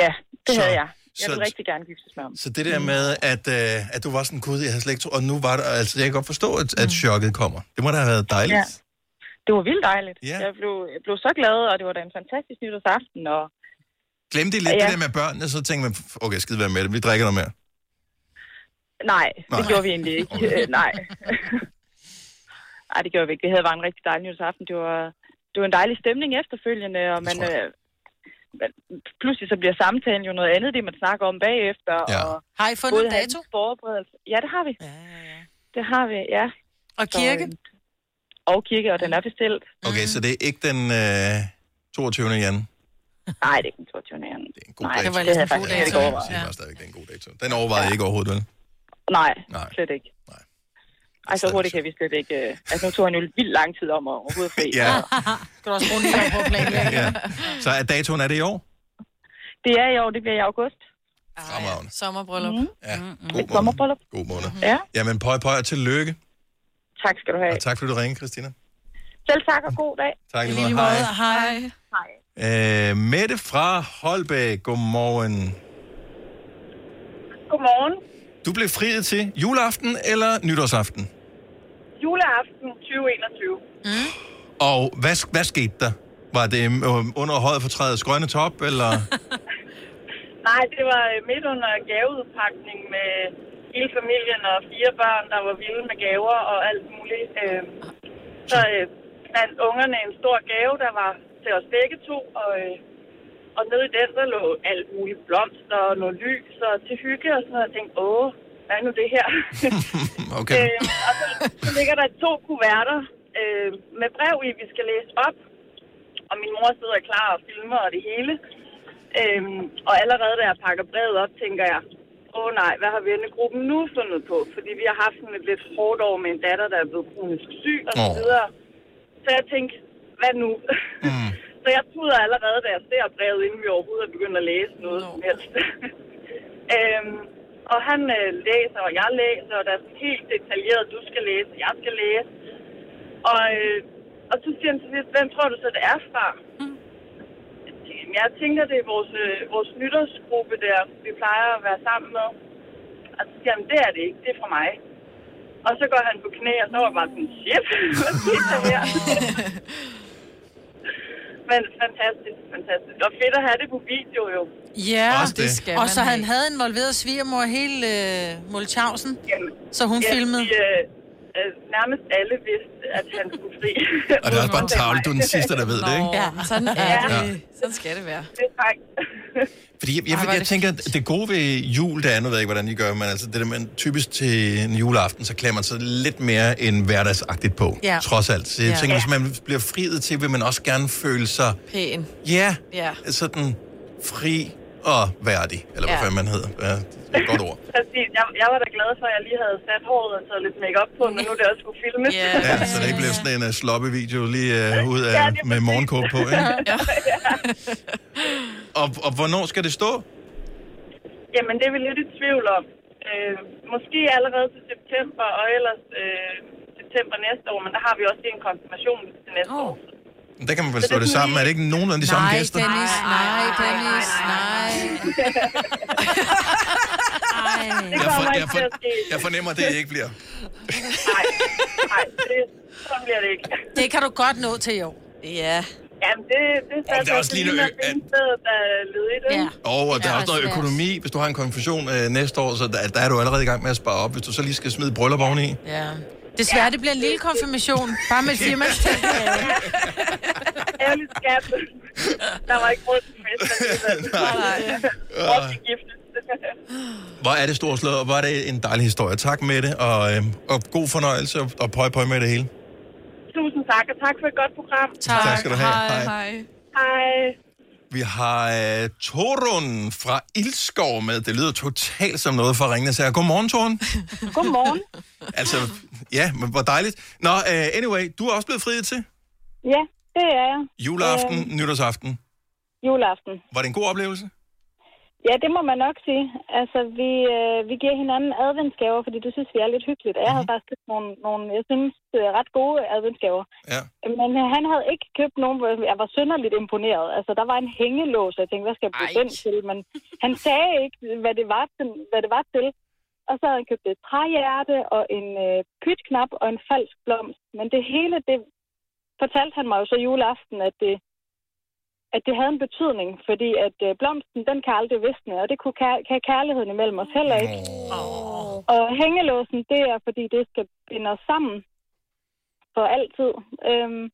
Speaker 6: ja, det
Speaker 1: Så-
Speaker 6: havde jeg. Jeg
Speaker 1: så-
Speaker 6: ville rigtig gerne giftes med ham.
Speaker 1: Så det der med, at, øh, at du var sådan, gud, jeg havde slet ikke tro, og nu var der, altså, jeg kan godt forstå, at, at chokket kommer. Det må da have været dejligt.
Speaker 6: Mm. Ja.
Speaker 1: Ja.
Speaker 6: Det var vildt dejligt.
Speaker 1: Ja.
Speaker 6: Jeg, blev, jeg blev så glad, og det var da en fantastisk nytårsaften, og
Speaker 1: Glemte I lidt ja.
Speaker 6: Ja.
Speaker 1: det der med børnene, så tænkte man, okay, skide være med det, vi drikker noget mere.
Speaker 6: Nej, det
Speaker 1: Nej.
Speaker 6: gjorde vi egentlig ikke.
Speaker 1: Okay.
Speaker 6: Øh, Nej. Nej, det gjorde vi ikke. Vi havde bare en rigtig dejlig nytårsaften. Det var, det var en dejlig stemning efterfølgende, og man, øh, man, pludselig så bliver samtalen jo noget andet, det man snakker om bagefter.
Speaker 2: Ja.
Speaker 6: Og
Speaker 2: Har I fundet
Speaker 6: både
Speaker 2: en dato?
Speaker 6: hans Forberedelse. Ja, det har vi. Ja, ja, ja. Det har vi, ja.
Speaker 2: Og kirke?
Speaker 6: Så, øh, og kirke, og den er bestilt.
Speaker 1: Okay, så det er ikke den øh, 22. januari.
Speaker 6: Mm. Nej, det er ikke den 22. januar. Det er en
Speaker 1: god
Speaker 6: Nej,
Speaker 1: dato.
Speaker 6: det var
Speaker 1: Det
Speaker 6: lidt
Speaker 1: havde
Speaker 6: en god
Speaker 1: jeg faktisk
Speaker 6: dato.
Speaker 1: ikke overvejet. Den overvejede ja. ikke overhovedet, vel?
Speaker 6: Nej,
Speaker 1: Nej.
Speaker 6: slet ikke. Nej. Ej, så hurtigt kan vi slet ikke... øh, Altså, nu tog han jo vildt lang tid om at overhovedet fri.
Speaker 1: Ja.
Speaker 6: Skal du også runde på planen?
Speaker 1: Ja. Så er datoen er det i år?
Speaker 6: Det er i år, det bliver i august.
Speaker 1: Fremragende.
Speaker 6: Sommerbryllup. Mm.
Speaker 1: Ja,
Speaker 6: Et sommerbryllup.
Speaker 1: God måned.
Speaker 6: Ja,
Speaker 1: Jamen, pøj, pøj og tillykke.
Speaker 6: tak skal du have.
Speaker 1: Og tak fordi du ringede, Christina.
Speaker 6: Selv tak og god dag.
Speaker 1: Tak lige meget. Hej.
Speaker 6: Hej. Hej.
Speaker 1: Øh, Mette fra Holbæk, godmorgen.
Speaker 15: Godmorgen.
Speaker 1: Du blev friet til juleaften eller nytårsaften?
Speaker 15: Juleaften 2021. Mm.
Speaker 1: Og hvad, hvad skete der? Var det øh, under højet for træets grønne top, eller...
Speaker 15: Nej, det var øh, midt under gaveudpakning med hele familien og fire børn, der var vilde med gaver og alt muligt. Øh, Så øh, fandt ungerne en stor gave, der var til os begge to, og, øh, og nede i den, der lå alt muligt blomster og noget lys og til hygge og sådan noget. Jeg tænkte, åh, hvad er nu det her?
Speaker 1: Okay.
Speaker 15: Øh, og så, så ligger der to kuverter øh, med brev i, vi skal læse op. Og min mor sidder klar og filmer og det hele. Øhm, og allerede da jeg pakker brevet op, tænker jeg, åh nej, hvad har vennegruppen nu fundet på? Fordi vi har haft sådan et lidt hårdt år med en datter, der er blevet kronisk syg og så
Speaker 23: Åh.
Speaker 15: videre. Så jeg tænkte, hvad nu? Mm. så jeg puder allerede, da jeg ser brevet, inden vi overhovedet er begyndt at læse noget som helst. øhm, og han øh, læser, og jeg læser, og der er sådan helt detaljeret, du skal læse, og jeg skal læse. Og, øh, og så siger han til sidst, hvem tror du så, det er fra? Jamen, jeg tænker, det er vores, øh, vores nytårsgruppe der, vi plejer at være sammen med. Og så siger han, det er det ikke, det er fra mig. Og så går han på knæ, og så var jeg bare sådan, shit, hvad skete der her? Men fantastisk, fantastisk. Og fedt at have det på video jo.
Speaker 2: Ja,
Speaker 15: Også det skal
Speaker 2: og
Speaker 15: man
Speaker 2: så han
Speaker 15: have.
Speaker 2: havde involveret svigermor hele øh, Molchausen, så hun
Speaker 15: Ja,
Speaker 2: filmede.
Speaker 15: de, øh, øh, nærmest alle vidste, at han skulle fri.
Speaker 1: Og det er også bare en tavle, du er den sidste, der ved det, ikke?
Speaker 15: Ja,
Speaker 4: sådan
Speaker 15: er
Speaker 1: Ja.
Speaker 15: det.
Speaker 4: Sådan skal det være.
Speaker 15: Det er faktisk
Speaker 1: Fordi jeg, jeg, jeg, jeg tænker, at det gode ved jul, det er, nu ved jeg ikke, hvordan I gør, men altså det der, man typisk til en juleaften, så klæder man sig lidt mere end hverdagsagtigt på,
Speaker 4: Ja.
Speaker 1: trods alt. Så jeg
Speaker 4: Ja.
Speaker 1: tænker,
Speaker 4: Ja.
Speaker 1: hvis man bliver friet til, vil man også gerne føle sig,
Speaker 4: Pæn.
Speaker 1: ja, Altså,
Speaker 4: Ja.
Speaker 1: sådan fri og værdig, eller hvad
Speaker 15: Ja.
Speaker 1: fanden man hedder. Ja, det er et godt ord.
Speaker 15: præcis. Jeg, jeg var da glad for, at jeg lige havde sat håret og taget lidt makeup på, når nu det også skulle filmes. Yeah.
Speaker 1: Ja, så det ikke bliver sådan en uh, sloppe video lige uh, ud af
Speaker 15: Ja,
Speaker 1: ja,
Speaker 15: det er
Speaker 1: med morgenkåb på, ikke?
Speaker 15: ja.
Speaker 1: Og, og hvornår skal det stå?
Speaker 15: Jamen, det er vi lidt i tvivl om. Øh, måske allerede til september, og ellers øh, til september næste år, men der har vi også lige en konfirmation til næste oh. år.
Speaker 1: Der kan man vel slå det sammen. Er det ikke nogenlunde de samme gæster?
Speaker 2: Dennis, nej, Dennis, nej.
Speaker 1: Jeg, for, jeg, for, jeg fornemmer, at det ikke bliver.
Speaker 15: Nej, det, sådan bliver det ikke.
Speaker 2: Det kan du godt nå til i år.
Speaker 15: Ja. Jamen, det, det er,
Speaker 1: Og der er også lige noget ø-
Speaker 15: at finde stedet, der er ledigt. Ja.
Speaker 1: Og der er også noget økonomi, hvis du har en konfirmation øh, næste år, så der, der er du allerede i gang med at spare op, hvis du så lige skal smide bryllup oveni.
Speaker 2: Ja. Desværre, det bliver en lille konfirmation. Bare med et firmandstæt.
Speaker 15: Ærlig skat. Der var ikke råd til fest. Nej. Og til gifte.
Speaker 1: Hvor er det stort slået, og hvor er det en dejlig historie. Tak med det, og, øh, og god fornøjelse, og- og pøj pøj med det hele.
Speaker 15: Tusind tak, og tak for et godt program.
Speaker 1: Tak. Tak skal du have. Hej, Hej.
Speaker 15: Hej.
Speaker 1: Vi har øh, Torun fra Ildskov med. Det lyder totalt som noget fra Ringnes her. Godmorgen, Torun.
Speaker 5: Godmorgen.
Speaker 1: altså, ja, men hvor dejligt. Nå, øh, anyway, du er også blevet friet til
Speaker 5: Ja, det er jeg.
Speaker 1: juleaften,
Speaker 5: Øhm,
Speaker 1: nytårsaften.
Speaker 5: juleaften.
Speaker 1: Var det en god oplevelse?
Speaker 5: Ja, det må man nok sige. Altså, vi, øh, vi giver hinanden adventsgaver, fordi du synes, vi er lidt hyggeligt. Og Jeg havde faktisk købt nogle, nogle, jeg synes, øh, ret gode adventsgaver.
Speaker 1: Ja.
Speaker 5: Men øh, han havde ikke købt nogen, hvor jeg var synderligt imponeret. Altså, der var en hængelås, og jeg tænkte, hvad skal jeg bruge den til? Men han sagde ikke, hvad det var til. Hvad det var til. Og så havde han købt et træhjerte og en øh, pytknap og en falsk blomst. Men det hele, det fortalte han mig jo så juleaften, at det, at det havde en betydning, fordi at øh, blomsten, den kan aldrig visne, og det kunne kær- kan kærligheden imellem os heller ikke. Oh. Og hængelåsen, det er, fordi det skal binde os sammen for altid. Øhm,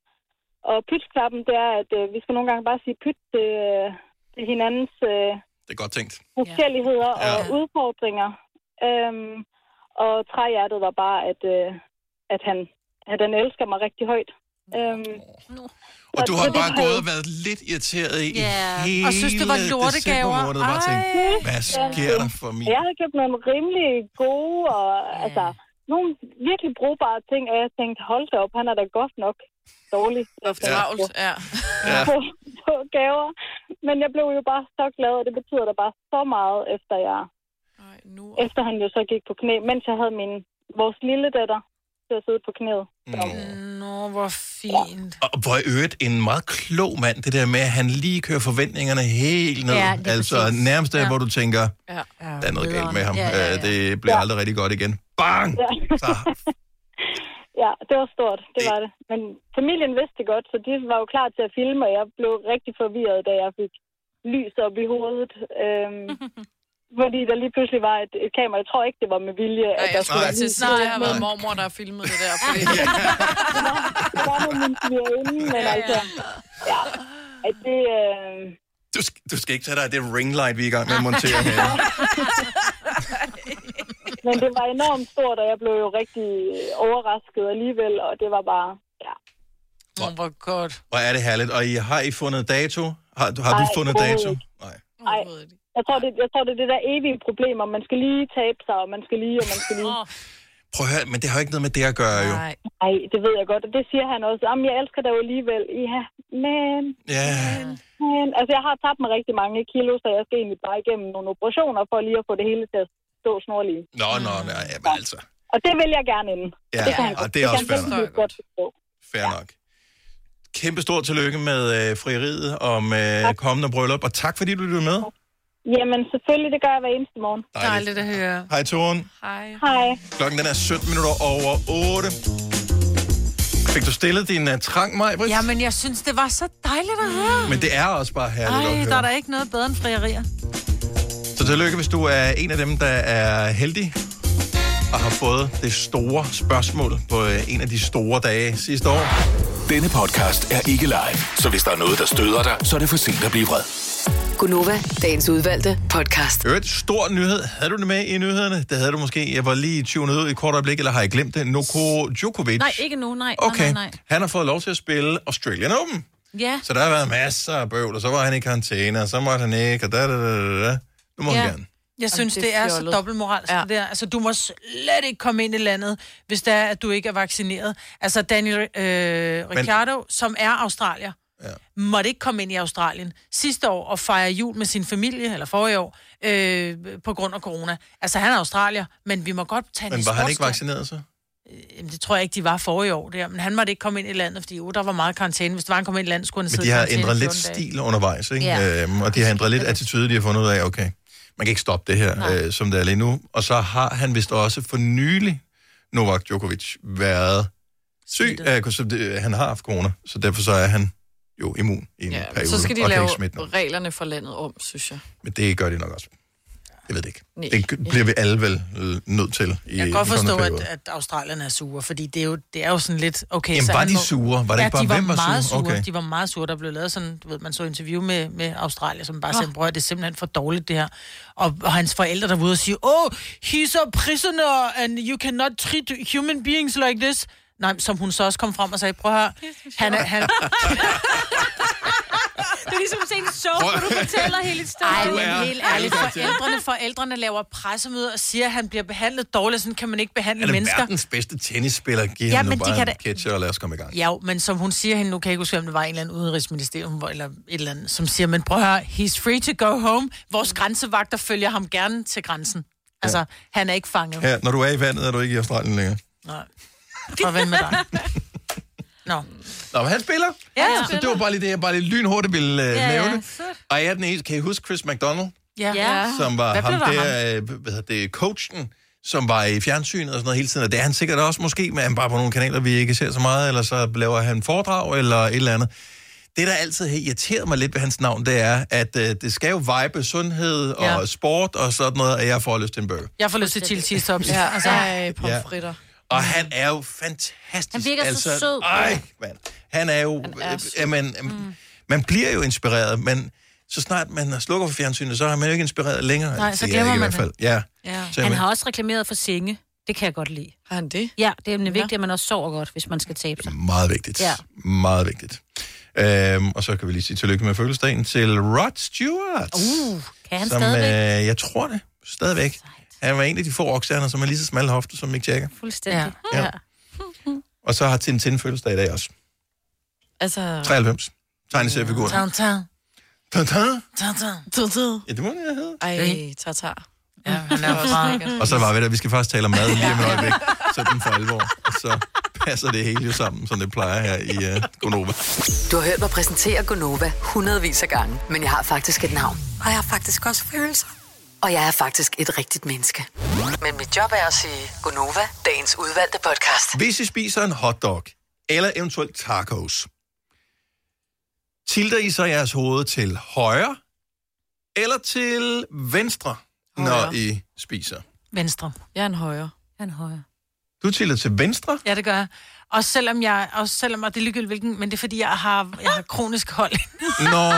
Speaker 5: og pytknappen, det er, at øh, vi skal nogle gange bare sige pyt til, øh, til hinandens øh,
Speaker 1: Det er godt tænkt.
Speaker 5: forskelligheder
Speaker 1: Ja.
Speaker 5: og udfordringer. Øhm, og træhjertet var bare, at, øh, at, han, at han elsker mig rigtig højt. Øhm,
Speaker 1: Mm. Og du
Speaker 5: så-
Speaker 1: har
Speaker 5: så det
Speaker 1: bare
Speaker 5: var-
Speaker 1: gået og været lidt irriteret i
Speaker 5: Ja.
Speaker 1: yeah. hele
Speaker 5: Og synes, det var lortegaver.
Speaker 1: decembermåned, og Bare tænkt,
Speaker 5: Ej.
Speaker 1: hvad sker der for min?
Speaker 5: Jeg havde købt nogle rimelig gode, og ja. altså, nogle virkelig brugbare ting, og jeg tænkte, hold da op, han er da godt nok dårlig.
Speaker 4: Travlt, ja.
Speaker 1: Ja.
Speaker 5: På, på gaver. Men jeg blev jo bare så glad, og det betyder da bare så meget, efter jeg... nu... Efter han jo så gik på knæ, mens jeg havde min, vores lille datter til at sidde på knæet.
Speaker 1: Mm.
Speaker 2: Nå, hvor fint.
Speaker 1: Og hvor i øvrigt en meget klog mand, det der med, at han lige kører forventningerne helt ned.
Speaker 2: Ja, det er
Speaker 1: altså
Speaker 2: præcis.
Speaker 1: nærmest der,
Speaker 2: Ja.
Speaker 1: ja. hvor du tænker,
Speaker 2: Ja.
Speaker 1: der er noget galt med ham.
Speaker 5: Ja, ja, ja.
Speaker 1: Øh, Det bliver aldrig rigtig godt igen. Bang!
Speaker 5: Ja. ja, det var stort, det var det. Men familien vidste det godt, så de var jo klar til at filme, og jeg blev rigtig forvirret, da jeg fik lys op i hovedet. Øhm, fordi der lige pludselig var et, et kamera. Jeg tror ikke, det var med vilje, at
Speaker 4: Ej,
Speaker 5: der
Speaker 4: jeg
Speaker 5: skulle
Speaker 4: skulle
Speaker 5: være
Speaker 4: til at
Speaker 5: lys
Speaker 4: sige, det
Speaker 5: op,
Speaker 4: har
Speaker 5: men
Speaker 4: været mormor, der har filmet det der. Fordi...
Speaker 5: Det var nogle min svigerinde, men altså... Ja, at det... Øh,
Speaker 1: Du, sk- du skal ikke tage dig af det ringlight, vi er i gang med at montere her.
Speaker 5: men det var enormt stort, og jeg blev jo rigtig øh, overrasket alligevel, og det var bare...
Speaker 2: Åh, hvor godt.
Speaker 1: Hvor er det herligt. Og I, har I fundet dato? Har, du- har du
Speaker 5: Nej,
Speaker 1: fundet
Speaker 5: overhovedet
Speaker 1: dato?
Speaker 5: ikke. Nej, jeg tror, det, jeg tror, det er det der evige problem, om man skal lige tabe sig, og man skal lige, og man skal lige.
Speaker 1: Prøv at høre, men det har jo ikke noget med det at gøre, jo.
Speaker 5: Nej, det ved jeg godt, og det siger han også. Jamen, jeg elsker dig jo alligevel. Ja, men,
Speaker 1: Ja,
Speaker 5: men... Altså, jeg har tabt mig rigtig mange kilo, så jeg skal egentlig bare igennem nogle operationer, for lige at få det hele til at stå snorlige.
Speaker 1: nå, nå, nå, ja, men altså,
Speaker 5: Og det vil jeg gerne inden.
Speaker 1: Ja,
Speaker 5: kan han
Speaker 1: og
Speaker 5: godt-
Speaker 1: det er også
Speaker 5: kan han
Speaker 1: fair
Speaker 5: heldigvis godt forstå.
Speaker 1: fair nok. Kæmpe stor tillykke med øh, frieriet om øh, kommende bryllup, og tak fordi du lyttede med.
Speaker 5: Jamen, selvfølgelig, det gør jeg hver eneste morgen.
Speaker 1: Dejligt. Dejligt
Speaker 2: at høre.
Speaker 1: Hej, Toren.
Speaker 5: Hej. Hej.
Speaker 1: Klokken den er 17 minutter over 8. Fik du stillet din uh, trang, Maj?
Speaker 2: Jamen, jeg synes, det var så dejligt at høre.
Speaker 1: Men det er også bare
Speaker 15: Mm.
Speaker 1: herligt at
Speaker 2: Ej, der er
Speaker 1: høre.
Speaker 2: der ikke noget bedre end frierier.
Speaker 1: Så tillykke, hvis du er en af dem, der er heldig og har fået det store spørgsmål på øh, en af de store dage sidste år.
Speaker 7: Denne podcast er ikke live, så hvis der er noget, der støder dig, så er det for sent at blive vred.
Speaker 12: Gunova, dagens udvalgte podcast.
Speaker 1: Øvrigt, stor nyhed. Havde du det med i nyhederne? Det havde du måske. Jeg var lige tunet ud i et kort øjeblik, eller har jeg glemt det? Noko Djokovic.
Speaker 3: Nej, ikke nu, nej.
Speaker 1: Okay,
Speaker 3: Nej, nej,
Speaker 1: han har fået lov til at spille Australian Open.
Speaker 3: nej. Ja.
Speaker 1: Så der har været masser af bøvl, og så var han i karantæne, og så måtte han ikke, og da, da, da, da. Nu må ja. han gerne.
Speaker 2: Jeg synes,
Speaker 4: det
Speaker 2: det,
Speaker 4: er
Speaker 2: det er så
Speaker 4: fjollet.
Speaker 2: dobbeltmoralsk, ja. det der. Altså, du må slet ikke komme ind i landet, hvis det er, at du ikke er vaccineret. Altså, Daniel øh, Ricciardo, Men... som er australier, ja. måtte ikke komme ind i Australien sidste år og fejre jul med sin familie, eller forrige år, øh, på grund af corona. Altså, han er australier, men vi må godt tage en
Speaker 1: Men var han ikke
Speaker 2: sportsdag.
Speaker 1: vaccineret så?
Speaker 2: Jamen, det tror jeg ikke, de var for i år der. Men han måtte ikke komme ind i landet, fordi oh, der var meget karantæne. Hvis der var, han kom ind i landet, skulle han
Speaker 1: Men
Speaker 2: sidde
Speaker 1: de
Speaker 2: i
Speaker 1: har
Speaker 2: karantæne
Speaker 1: ændret
Speaker 2: i
Speaker 1: lidt
Speaker 2: 14 dage.
Speaker 1: stil undervejs, ikke?
Speaker 2: Ja. Altså,
Speaker 1: Ja. Øhm, og de har ændret lidt attitude, de har fundet ud af, okay, man kan ikke stoppe det her, øh, som det er lige nu. Og så har han vist også for nylig, Novak Djokovic, været syg. Øh, så det, han har haft corona, så derfor så er han jo immun i en ja,
Speaker 4: Men
Speaker 1: periode.
Speaker 4: Så skal de
Speaker 1: og kan
Speaker 4: lave
Speaker 1: ikke smitte nogen.
Speaker 4: reglerne for landet om, synes jeg.
Speaker 1: Men det gør de nok også. Jeg ved det ikke.
Speaker 4: Nej.
Speaker 1: Det g- bliver vi alle vel øh, nødt til i
Speaker 2: Jeg
Speaker 1: den
Speaker 2: kan godt
Speaker 1: kommende
Speaker 2: forstå, at,
Speaker 1: periode.
Speaker 2: at australierne er sure, fordi det er jo, det er jo sådan lidt... Okay,
Speaker 1: Jamen,
Speaker 2: så
Speaker 1: var
Speaker 2: han
Speaker 1: de sure? Var det
Speaker 2: ja,
Speaker 1: ikke bare,
Speaker 2: de var
Speaker 1: hvem var
Speaker 2: meget
Speaker 1: sure? Okay.
Speaker 2: De var meget sure. Der blev lavet sådan, du ved, man så interview med, med Australien, som bare
Speaker 10: Nå.
Speaker 2: sagde, bror, det er simpelthen for dårligt det her. Og, og hans forældre der var ude og sige, oh, he's a prisoner, and you cannot treat human beings like this. Nej, som hun så også kom frem og sagde, prøv her, han er, han,
Speaker 3: Det er ligesom sådan en show, hvor du fortæller hele historien.
Speaker 2: Ej, men helt ærligt, forældrene, forældrene laver pressemøder og siger, at han bliver behandlet dårligt, sådan kan man ikke behandle
Speaker 1: Han er
Speaker 2: mennesker.
Speaker 1: verdens bedste tennisspiller. Giv
Speaker 2: Ja,
Speaker 1: ja, ham nu
Speaker 2: men de
Speaker 1: bare
Speaker 2: kan
Speaker 1: en
Speaker 2: da-
Speaker 1: catcher, og lad os komme i gang.
Speaker 2: Ja, jo, men som hun siger hende, nu kan jeg ikke huske, om det var en eller anden udenrigsministerium, hvor- eller et eller andet, som siger, men prøv at høre, he's free to go home. Vores grænsevagter følger ham gerne til grænsen. Altså, ja. han er ikke fanget.
Speaker 1: Her, når du er i vandet, er du ikke i Australien længere.
Speaker 2: Nej. Farvel med dig. Nå.
Speaker 1: Nå, men han spiller.
Speaker 2: Ja, han
Speaker 1: så
Speaker 2: spiller.
Speaker 1: det var bare lige det, jeg bare lige lynhurtigt ville øh,
Speaker 2: Ja, ja,
Speaker 1: nævne. Og jeg er den eneste. Kan I huske Chris McDonald?
Speaker 2: Ja.
Speaker 1: Som var
Speaker 2: Hvad
Speaker 1: ham
Speaker 2: blev der af ham?
Speaker 1: der, øh, hvad hedder det, coachen, som var i fjernsynet og sådan noget hele tiden. Og det er han sikkert også måske, men han bare på nogle kanaler, vi ikke ser så meget, eller så laver han foredrag eller et eller andet. Det, der altid har irriteret mig lidt ved hans navn, det er, at øh, det skal jo vibe sundhed og
Speaker 2: Ja.
Speaker 1: sport og sådan noget, at jeg får lyst til en burger.
Speaker 2: Jeg får lyst til chili cheese tops. Ja, altså,
Speaker 4: Ej,
Speaker 1: pomfritter. Og han er jo fantastisk. Altså,
Speaker 2: Han Mm. virker så sød.
Speaker 1: Ej, mand. Han er jo...
Speaker 2: er
Speaker 1: Han
Speaker 2: sød.
Speaker 1: er øh, man, mm. man bliver jo inspireret, men så snart man slukker for fjernsynet, så er man jo ikke inspireret længere.
Speaker 3: Nej, så
Speaker 1: Det er
Speaker 3: glemmer
Speaker 1: jeg ikke
Speaker 3: man
Speaker 1: i hvert fald.
Speaker 3: det.
Speaker 1: Ja.
Speaker 3: Ja.
Speaker 1: Så,
Speaker 3: Han
Speaker 1: men-
Speaker 3: har også reklameret for senge. Det kan jeg godt lide.
Speaker 4: Har han det?
Speaker 3: Ja, det er nemlig vigtigt, at man også sover godt, hvis man skal tabe sig.
Speaker 1: Meget vigtigt.
Speaker 3: Ja.
Speaker 1: Meget vigtigt. Øhm, og så kan vi lige sige tillykke med fødselsdagen til Rod Stewart.
Speaker 3: Uh, kan han
Speaker 1: som, øh,
Speaker 3: stadigvæk?
Speaker 1: jeg tror det. Stadigvæk. Han var en af de få rockstjerner, som er lige så smal hofte som Mick Jagger.
Speaker 3: Fuldstændig.
Speaker 1: Ja. Og så har Tintin fødselsdag i dag også.
Speaker 4: Altså...
Speaker 1: 93. Tegneseriefiguren.
Speaker 2: Tantan.
Speaker 1: Tintin.
Speaker 2: Tantan.
Speaker 4: Tantan.
Speaker 1: Ja, det må jeg hedde.
Speaker 4: Ej, tartar.
Speaker 2: Ja, han er
Speaker 1: Og så var vi der, vi skal faktisk tale om mad lige om et øjeblik, så den for alvor. Og så passer det hele jo sammen, som det plejer her i uh, Gonova.
Speaker 12: Du har hørt mig præsentere Gonova hundredvis af gange, men jeg har faktisk et navn.
Speaker 8: Og jeg har faktisk også følelser.
Speaker 12: Og jeg er faktisk et rigtigt menneske. Men mit job er at sige Gonova, dagens udvalgte podcast.
Speaker 1: Hvis I spiser en hotdog, eller eventuelt tacos, tilter I så jeres hoved til højre eller til venstre, når
Speaker 2: Højre.
Speaker 1: I spiser?
Speaker 2: Venstre.
Speaker 4: Jeg er en højre.
Speaker 3: Jeg er en højre.
Speaker 1: Du tilter til venstre?
Speaker 2: Ja, det gør jeg. Og selvom jeg, og selvom, og det er ligegyldigt hvilken, men det er fordi, jeg har, jeg har kronisk hold.
Speaker 1: Nå,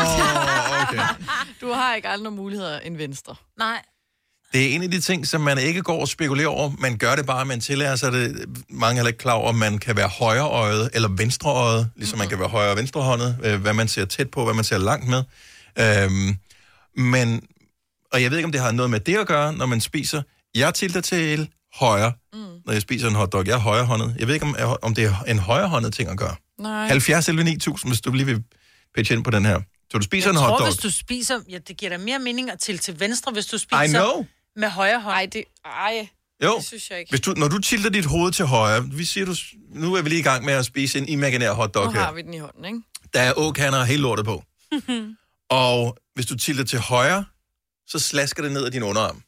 Speaker 1: okay.
Speaker 4: Du har ikke andre muligheder end venstre.
Speaker 2: Nej.
Speaker 1: Det er en af de ting, som man ikke går og spekulerer over. Man gør det bare, man tillærer sig det. Mange er heller ikke klar over, om man kan være højreøjet eller venstreøjet, ligesom man kan være højre- og venstrehåndet, øh, hvad man ser tæt på, hvad man ser langt med. Øhm, men, og jeg ved ikke, om det har noget med det at gøre, når man spiser. Jeg tilter til højre, mm. når jeg spiser en hotdog. Jeg er højrehåndet. Jeg ved ikke, om, om det er en højrehåndet ting at gøre.
Speaker 2: Nej.
Speaker 1: 70 eller 9000, hvis du lige vil pitche ind på den her. Så du spiser
Speaker 2: jeg
Speaker 1: en
Speaker 2: tror,
Speaker 1: hotdog.
Speaker 2: hvis du spiser... Ja, det giver dig mere mening at til til venstre, hvis du spiser...
Speaker 1: I know.
Speaker 2: Med højre hånd. Ej, det...
Speaker 4: Ej.
Speaker 1: Jo,
Speaker 4: Det synes jeg ikke.
Speaker 1: Hvis du, når du tilter dit hoved til højre, vi siger, du, s- nu er vi lige i gang med at spise en imaginær
Speaker 4: Nu
Speaker 1: hotdog
Speaker 4: har
Speaker 1: her.
Speaker 4: vi den i hånden, ikke?
Speaker 1: Der er åkander og hele lortet på. Og hvis du tilter til højre, så slasker det ned ad din underarm.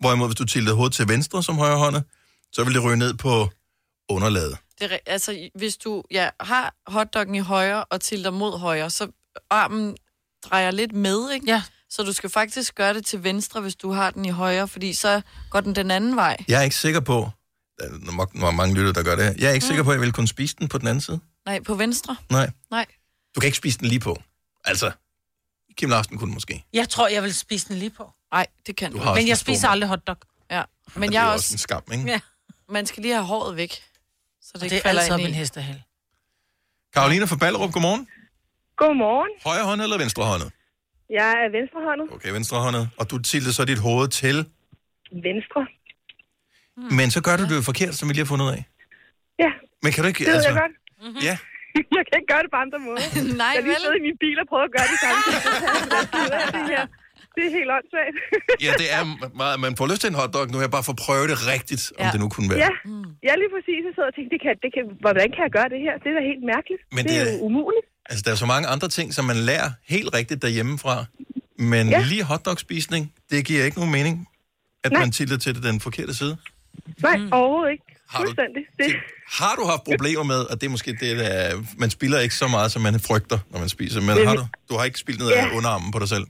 Speaker 1: Hvorimod hvis du tilter hovedet til venstre som højre hånd, så vil det ryge ned på underlaget.
Speaker 4: Det er, ri- altså, hvis du ja, har hotdoggen i højre og tilter mod højre, så armen drejer lidt med, ikke?
Speaker 2: Ja.
Speaker 4: Så du skal faktisk gøre det til venstre, hvis du har den i højre, fordi så går den den anden vej.
Speaker 1: Jeg er ikke sikker på, der er nok- nok mange lytter, der gør det her. Jeg er ikke sikker
Speaker 4: Mm.
Speaker 1: på, at jeg vil kunne spise den på den anden side.
Speaker 4: Nej, på venstre?
Speaker 1: Nej.
Speaker 4: Nej.
Speaker 1: Du kan ikke spise den lige på. Altså, Kim Larsen kunne måske.
Speaker 2: Jeg tror, jeg vil spise den lige på.
Speaker 4: Nej, det kan
Speaker 1: Du har også
Speaker 2: Men
Speaker 1: en
Speaker 2: jeg
Speaker 1: stor
Speaker 2: spiser
Speaker 1: mund.
Speaker 2: aldrig hotdog.
Speaker 4: Ja, men
Speaker 1: det er
Speaker 4: jeg
Speaker 1: jo
Speaker 4: er
Speaker 1: også
Speaker 4: også...
Speaker 1: en skam, ikke?
Speaker 2: Ja.
Speaker 4: Man skal lige have håret væk, så det,
Speaker 2: Det,
Speaker 4: ikke
Speaker 2: det er
Speaker 4: falder
Speaker 2: altid
Speaker 4: ind
Speaker 2: op
Speaker 4: i.
Speaker 2: en hestehal.
Speaker 1: Karolina fra Ballerup, godmorgen.
Speaker 11: Godmorgen.
Speaker 1: Højre hånd eller venstre hånd?
Speaker 11: Jeg er venstrehåndet.
Speaker 1: Okay, venstrehåndet. Og du tilter så dit hoved til.
Speaker 24: Mm.
Speaker 11: Venstre.
Speaker 1: Men så gør du det jo forkert, som vi lige har fundet ud af.
Speaker 11: Ja,
Speaker 1: Men kan du ikke... altså,
Speaker 11: det ved jeg godt.
Speaker 1: Ja.
Speaker 11: Jeg kan ikke gøre det på andre måder.
Speaker 4: Nej,
Speaker 11: jeg har lige
Speaker 4: vel?
Speaker 11: siddet i min bil og prøvet at gøre det samme. ting, så tager jeg det der bil, og det her.
Speaker 24: Det er helt åndssvagt.
Speaker 1: Ja, det er meget. Man får lyst til en hotdog nu. Jeg bare for at prøve det rigtigt, om det nu kunne være.
Speaker 24: Ja, ja lige præcis. Jeg sad og tænkte, det kan, det kan, hvordan kan jeg gøre det her? Det er da helt mærkeligt.
Speaker 1: Men
Speaker 24: det er
Speaker 1: det
Speaker 24: jo
Speaker 1: er-
Speaker 24: umuligt.
Speaker 1: Altså, der er så mange andre ting, som man lærer helt rigtigt derhjemmefra. Men
Speaker 24: Ja.
Speaker 1: ja. lige hotdogspisning, det giver ikke nogen mening,
Speaker 24: Nej.
Speaker 1: at Nej. man tilter til det den forkerte side.
Speaker 24: Nej,
Speaker 1: Mm.
Speaker 24: overhovedet ikke.
Speaker 1: Har du-
Speaker 24: Fuldstændig. Det,
Speaker 1: Har du haft problemer med, og det er måske det, der er, man spiller ikke så meget, som man frygter, når man spiser, men
Speaker 24: Men-
Speaker 1: har du, du har ikke spildt ned
Speaker 24: Ja.
Speaker 1: af underarmen på dig selv?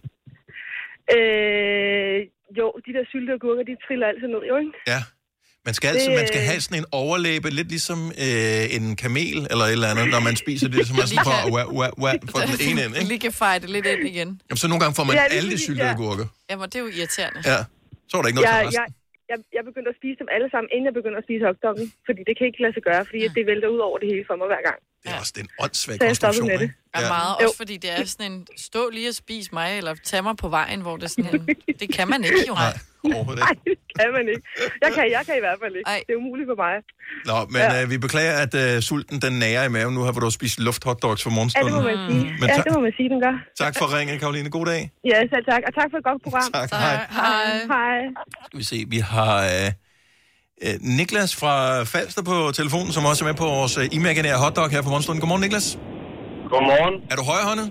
Speaker 24: øh, jo, de der sylte og gurker, de triller altid ned, jo ikke?
Speaker 1: Ja. Man skal, altid,
Speaker 24: Det- øh,
Speaker 1: man skal have sådan en overlæbe, lidt ligesom øh, en kamel eller et eller andet, når man spiser det, som er sådan for, wah, wah, wah, for den ene ende. Ikke?
Speaker 4: Lige kan feje det lidt ind igen.
Speaker 1: Jamen, så nogle gange får man
Speaker 24: Ja,
Speaker 1: ja,
Speaker 24: lige
Speaker 1: alle de
Speaker 24: præcis,
Speaker 1: syltede
Speaker 24: ja.
Speaker 1: gurker.
Speaker 4: Jamen, det er jo irriterende.
Speaker 1: Ja. Så er der ikke noget
Speaker 24: jeg,
Speaker 1: til resten.
Speaker 24: jeg, jeg, jeg begyndte at spise dem alle sammen, inden jeg begyndte at spise hotdoggen. Fordi det kan ikke lade sig gøre, fordi ja. det vælter ud over det hele for mig hver gang.
Speaker 1: Det er også den åndssvage
Speaker 24: Så jeg stoppede
Speaker 1: konstruktion,
Speaker 24: med det.
Speaker 1: ikke?
Speaker 4: Ja. Meget, også fordi det er sådan en, stå lige og spis mig, eller tag mig på vejen, hvor det er sådan en, det kan man ikke jo.
Speaker 1: Nej, overhovedet
Speaker 24: Nej, det kan man ikke. Jeg kan, jeg kan i hvert fald ikke. Ej. Det er umuligt for mig.
Speaker 1: Nå, men
Speaker 24: Ja.
Speaker 1: ja. øh, vi beklager, at øh, sulten den nærer i maven nu, her, hvor du har spist lufthotdogs
Speaker 24: Ja,
Speaker 1: for
Speaker 24: det
Speaker 1: morgenstunden.
Speaker 24: må man sige.
Speaker 1: Men
Speaker 24: Ja,
Speaker 1: tak,
Speaker 24: det må man sige, den gør.
Speaker 1: tak for ringen, Karoline. God dag.
Speaker 24: Ja, selv tak. Og tak for et godt program.
Speaker 1: Tak, Tak. hej.
Speaker 24: Hej. Hej.
Speaker 1: Skal vi se, vi har øh, øh, Niklas fra Falster på telefonen, som også er med på vores øh, imaginære hotdog her på morgenstunden. Godmorgen, Niklas.
Speaker 10: Godmorgen.
Speaker 1: Er du højrehåndet?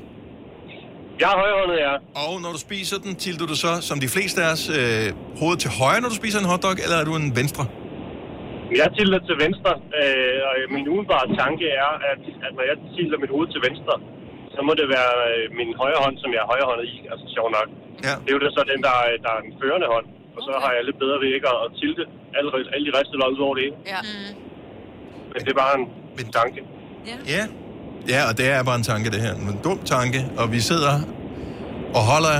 Speaker 10: Jeg er højrehåndet, ja.
Speaker 1: Og når du spiser den, tilter du så, som de fleste af os, øh, hovedet til højre, når du spiser en hotdog, eller er du en venstre?
Speaker 10: Jeg tilter til venstre, øh, og min umiddelbare tanke er, at, at når jeg tilter mit hoved til venstre, så må det være øh, min højre hånd, som jeg er højrehåndet i, altså sjov nok.
Speaker 1: Ja.
Speaker 10: Det er jo da så den, der, er- der er den førende hånd, og så har jeg lidt bedre ved ikke at tilte alle, alle de ristede ud over det hele.
Speaker 4: Ja.
Speaker 10: Men det er bare en, en tanke.
Speaker 1: Ja. Ja, og det er bare en tanke, det her. En dum tanke, og vi sidder og holder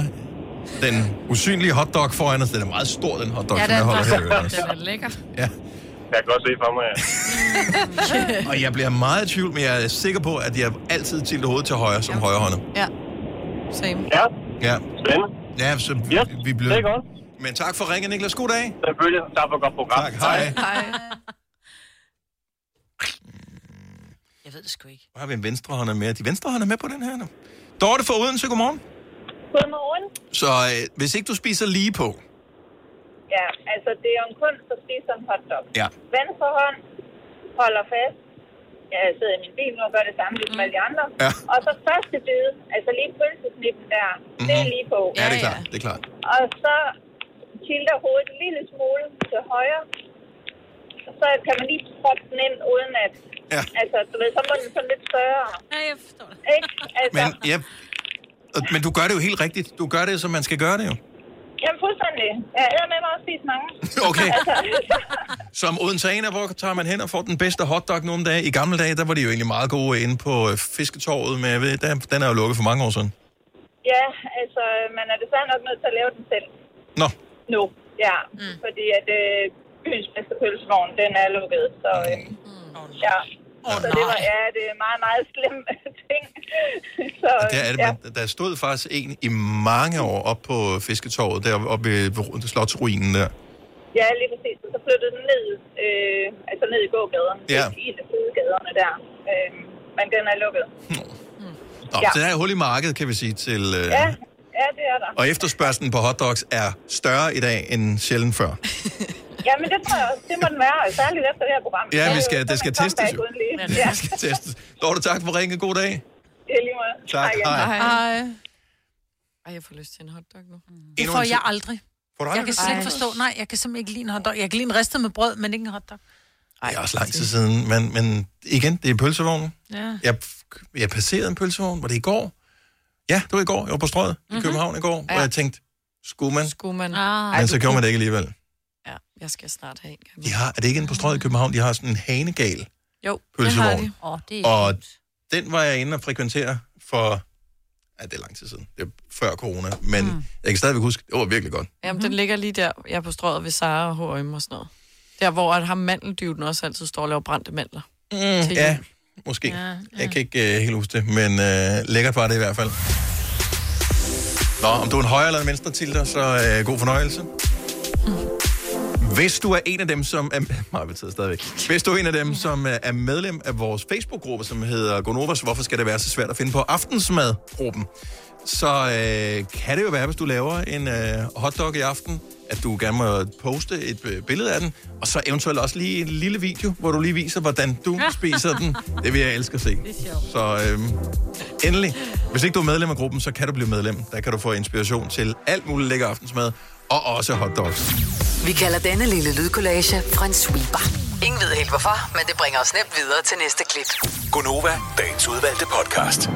Speaker 1: den usynlige hotdog foran os. Den er meget stor, den hotdog, som jeg holder her. i øvrigt også.
Speaker 4: den er lækker.
Speaker 10: Jeg kan godt se for mig, ja.
Speaker 1: Og jeg bliver meget i tvivl, men jeg er sikker på, at jeg altid tilter hovedet til højre som ja. højrehåndet.
Speaker 4: Ja. Same.
Speaker 10: Ja.
Speaker 1: Ja. Spændende. Ja, så vi, yes, vi blev... det er
Speaker 10: godt.
Speaker 1: Men tak for ringen, Niklas. God dag.
Speaker 10: Selvfølgelig. Tak for et godt program.
Speaker 1: Tak. Hej.
Speaker 4: Hej.
Speaker 2: Jeg ved det sgu ikke.
Speaker 1: Nu har vi en venstrehånder med. Er De venstrehånder med på den her nu. Dorte fra Odense, godmorgen.
Speaker 15: Godmorgen.
Speaker 1: Så øh, hvis ikke du spiser lige på...
Speaker 15: Ja, altså det er jo en kunst at spise en hotdog.
Speaker 1: Ja.
Speaker 15: Venstre hånd holder fast. Ja, jeg sidder i min bil nu og gør det samme lidt med alle de andre.
Speaker 1: Mm. Ja.
Speaker 15: Og så første bid, altså lige pølsesnippen der, mm-hmm. det er lige på.
Speaker 1: Mhm. Ja, det er klart. Det er klart.
Speaker 15: Og så tilter hovedet en lille smule til højre. Og så kan man lige proppe den ind, uden at...
Speaker 1: Ja.
Speaker 15: Altså, du ved, så må den sådan lidt større. Ja, jeg forstår det. Ikke? Altså,
Speaker 1: Men, ja, og- men du gør det jo helt rigtigt. Du gør det, som man skal gøre det jo.
Speaker 15: Jamen, fuldstændig. Jeg er med mig også spise mange.
Speaker 1: Okay.
Speaker 15: Altså,
Speaker 1: Som Odenseaner, hvor tager man hen og får den bedste hotdog nogle dage. I gamle dage, der var de jo egentlig meget gode inde på øh, fisketorvet, men jeg ved, der, den er jo lukket for mange år siden.
Speaker 15: Ja, altså, man er desværre nok nødt til at lave den selv.
Speaker 1: Nå.
Speaker 15: Nu, ja. Mm. Fordi at øh, byens bedste pølsevogn, den er lukket, så... Øh,
Speaker 1: Mm.
Speaker 15: ja. Oh, så det var, ja, det er meget, meget slem ting. så,
Speaker 1: Der, er det,
Speaker 15: ja.
Speaker 1: man, der stod faktisk en i mange år op på fisketorvet, der oppe ved ved slotsruinen der.
Speaker 15: ja, lige præcis. Og så flyttede den ned, øh, altså ned i gågaden.
Speaker 1: Ja.
Speaker 15: I en af sidegaderne der. Øh, men den er lukket.
Speaker 1: Nå,
Speaker 15: Ja.
Speaker 1: ja. Så der er hul i markedet, kan vi sige, til... Øh,
Speaker 15: Ja, ja det er der.
Speaker 1: Og efterspørgselen på hotdogs er større i dag end sjældent før.
Speaker 15: Ja, men det tror jeg også. Det må den være, og særligt efter det her program.
Speaker 1: Ja,
Speaker 15: Det er
Speaker 1: vi
Speaker 15: jo
Speaker 1: skal-
Speaker 15: sådan
Speaker 1: det skal
Speaker 15: en comeback
Speaker 1: testes jo.
Speaker 15: uden lige.
Speaker 1: Ja. Det skal testes. Dorte, tak for ringen. God dag.
Speaker 15: Det er lige meget.
Speaker 1: Tak, hej.
Speaker 4: Hej.
Speaker 1: hej.
Speaker 4: Hej. Ej, jeg får lyst til en hotdog nu.
Speaker 2: Det får jeg aldrig.
Speaker 1: Får du
Speaker 2: Jeg
Speaker 1: aldrig?
Speaker 2: kan slet ikke
Speaker 1: Ej.
Speaker 2: forstå. Nej, jeg kan simpelthen ikke lide en hotdog. Jeg kan lide en ristet med brød, men ikke en hotdog.
Speaker 1: Det er også lang tid siden, men, men igen, det er pølsevognen.
Speaker 2: Ja.
Speaker 1: Jeg, jeg passerede en pølsevogn, var det i går? Ja, det var i går. Jeg var på strøget mm-hmm. i København i går, ja. og jeg tænkte, skulle man?
Speaker 4: Mhm. Skulle man?
Speaker 2: Ah.
Speaker 1: Ej, men så gjorde man det ikke alligevel.
Speaker 4: Ja, jeg skal snart have en.
Speaker 1: De har, er det ikke inde på strøget i København? De har sådan en hanegal.
Speaker 4: Jo,
Speaker 1: Pølsevogn.
Speaker 4: det har de.
Speaker 25: Åh, det er...
Speaker 1: Og den var jeg inde og frekventere for... Ja, det er lang tid siden. Det var før corona. Men mm. jeg kan stadigvæk huske, det var virkelig godt.
Speaker 2: Mhm.
Speaker 4: Jamen, den ligger lige der, jeg er på strøget ved Sara og H&M og sådan noget. Der, hvor at ham mandeldyven også altid står og laver brændte mandler.
Speaker 1: Mm, ja, måske. Ja, ja. Jeg kan ikke øh, helt huske det, men øh, lækkert var det i hvert fald. Nå, om du er en højre eller en venstre tilter, så øh, god fornøjelse. Hvis du er en af dem, som er... Meget betalt stadigvæk. Hvis du er en af dem, som øh, er medlem af vores Facebook-gruppe, som hedder Gonovas, hvorfor skal det være så svært at finde på aftensmad-gruppen, så øh, kan det jo være, hvis du laver en øh, hotdog i aften, at du gerne må poste et øh, billede af den, og så eventuelt også lige en lille video, hvor du lige viser, hvordan du spiser den. Det vil jeg elske at se. Så øh, endelig, hvis ikke du er medlem af gruppen, så kan du blive medlem. Der kan du få inspiration til alt muligt lækker aftensmad, og også hotdogs.
Speaker 12: Vi kalder denne lille lydkollage en sweeper. Ingen ved helt hvorfor, men det bringer os nemt videre til næste klip.
Speaker 7: Gunova, dagens udvalgte podcast.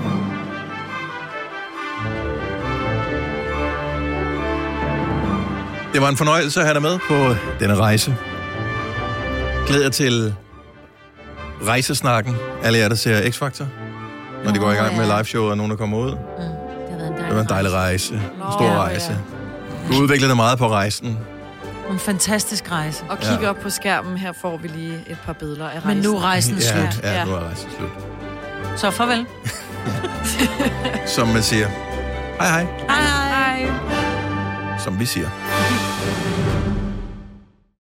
Speaker 1: Det var en fornøjelse at have dig med på denne rejse. Glæder jer til rejsesnakken. Alle jer, der ser X-Factor. Når de går i gang med liveshowet, og nogen der kommer ud. Det var en dejlig rejse. En stor
Speaker 2: ja.
Speaker 1: rejse. Du udvikler dig meget på rejsen.
Speaker 2: En fantastisk rejse.
Speaker 4: Og
Speaker 1: Ja.
Speaker 4: kig op på skærmen, her får vi lige et par billeder af
Speaker 2: Men
Speaker 4: rejsen.
Speaker 2: nu er rejsen
Speaker 1: ja,
Speaker 2: slut.
Speaker 1: Ja,
Speaker 2: Ja.
Speaker 1: nu er rejsen slut.
Speaker 2: Så farvel.
Speaker 1: Som man siger. Hej hej,
Speaker 2: Hej. Hej.
Speaker 1: som vi siger.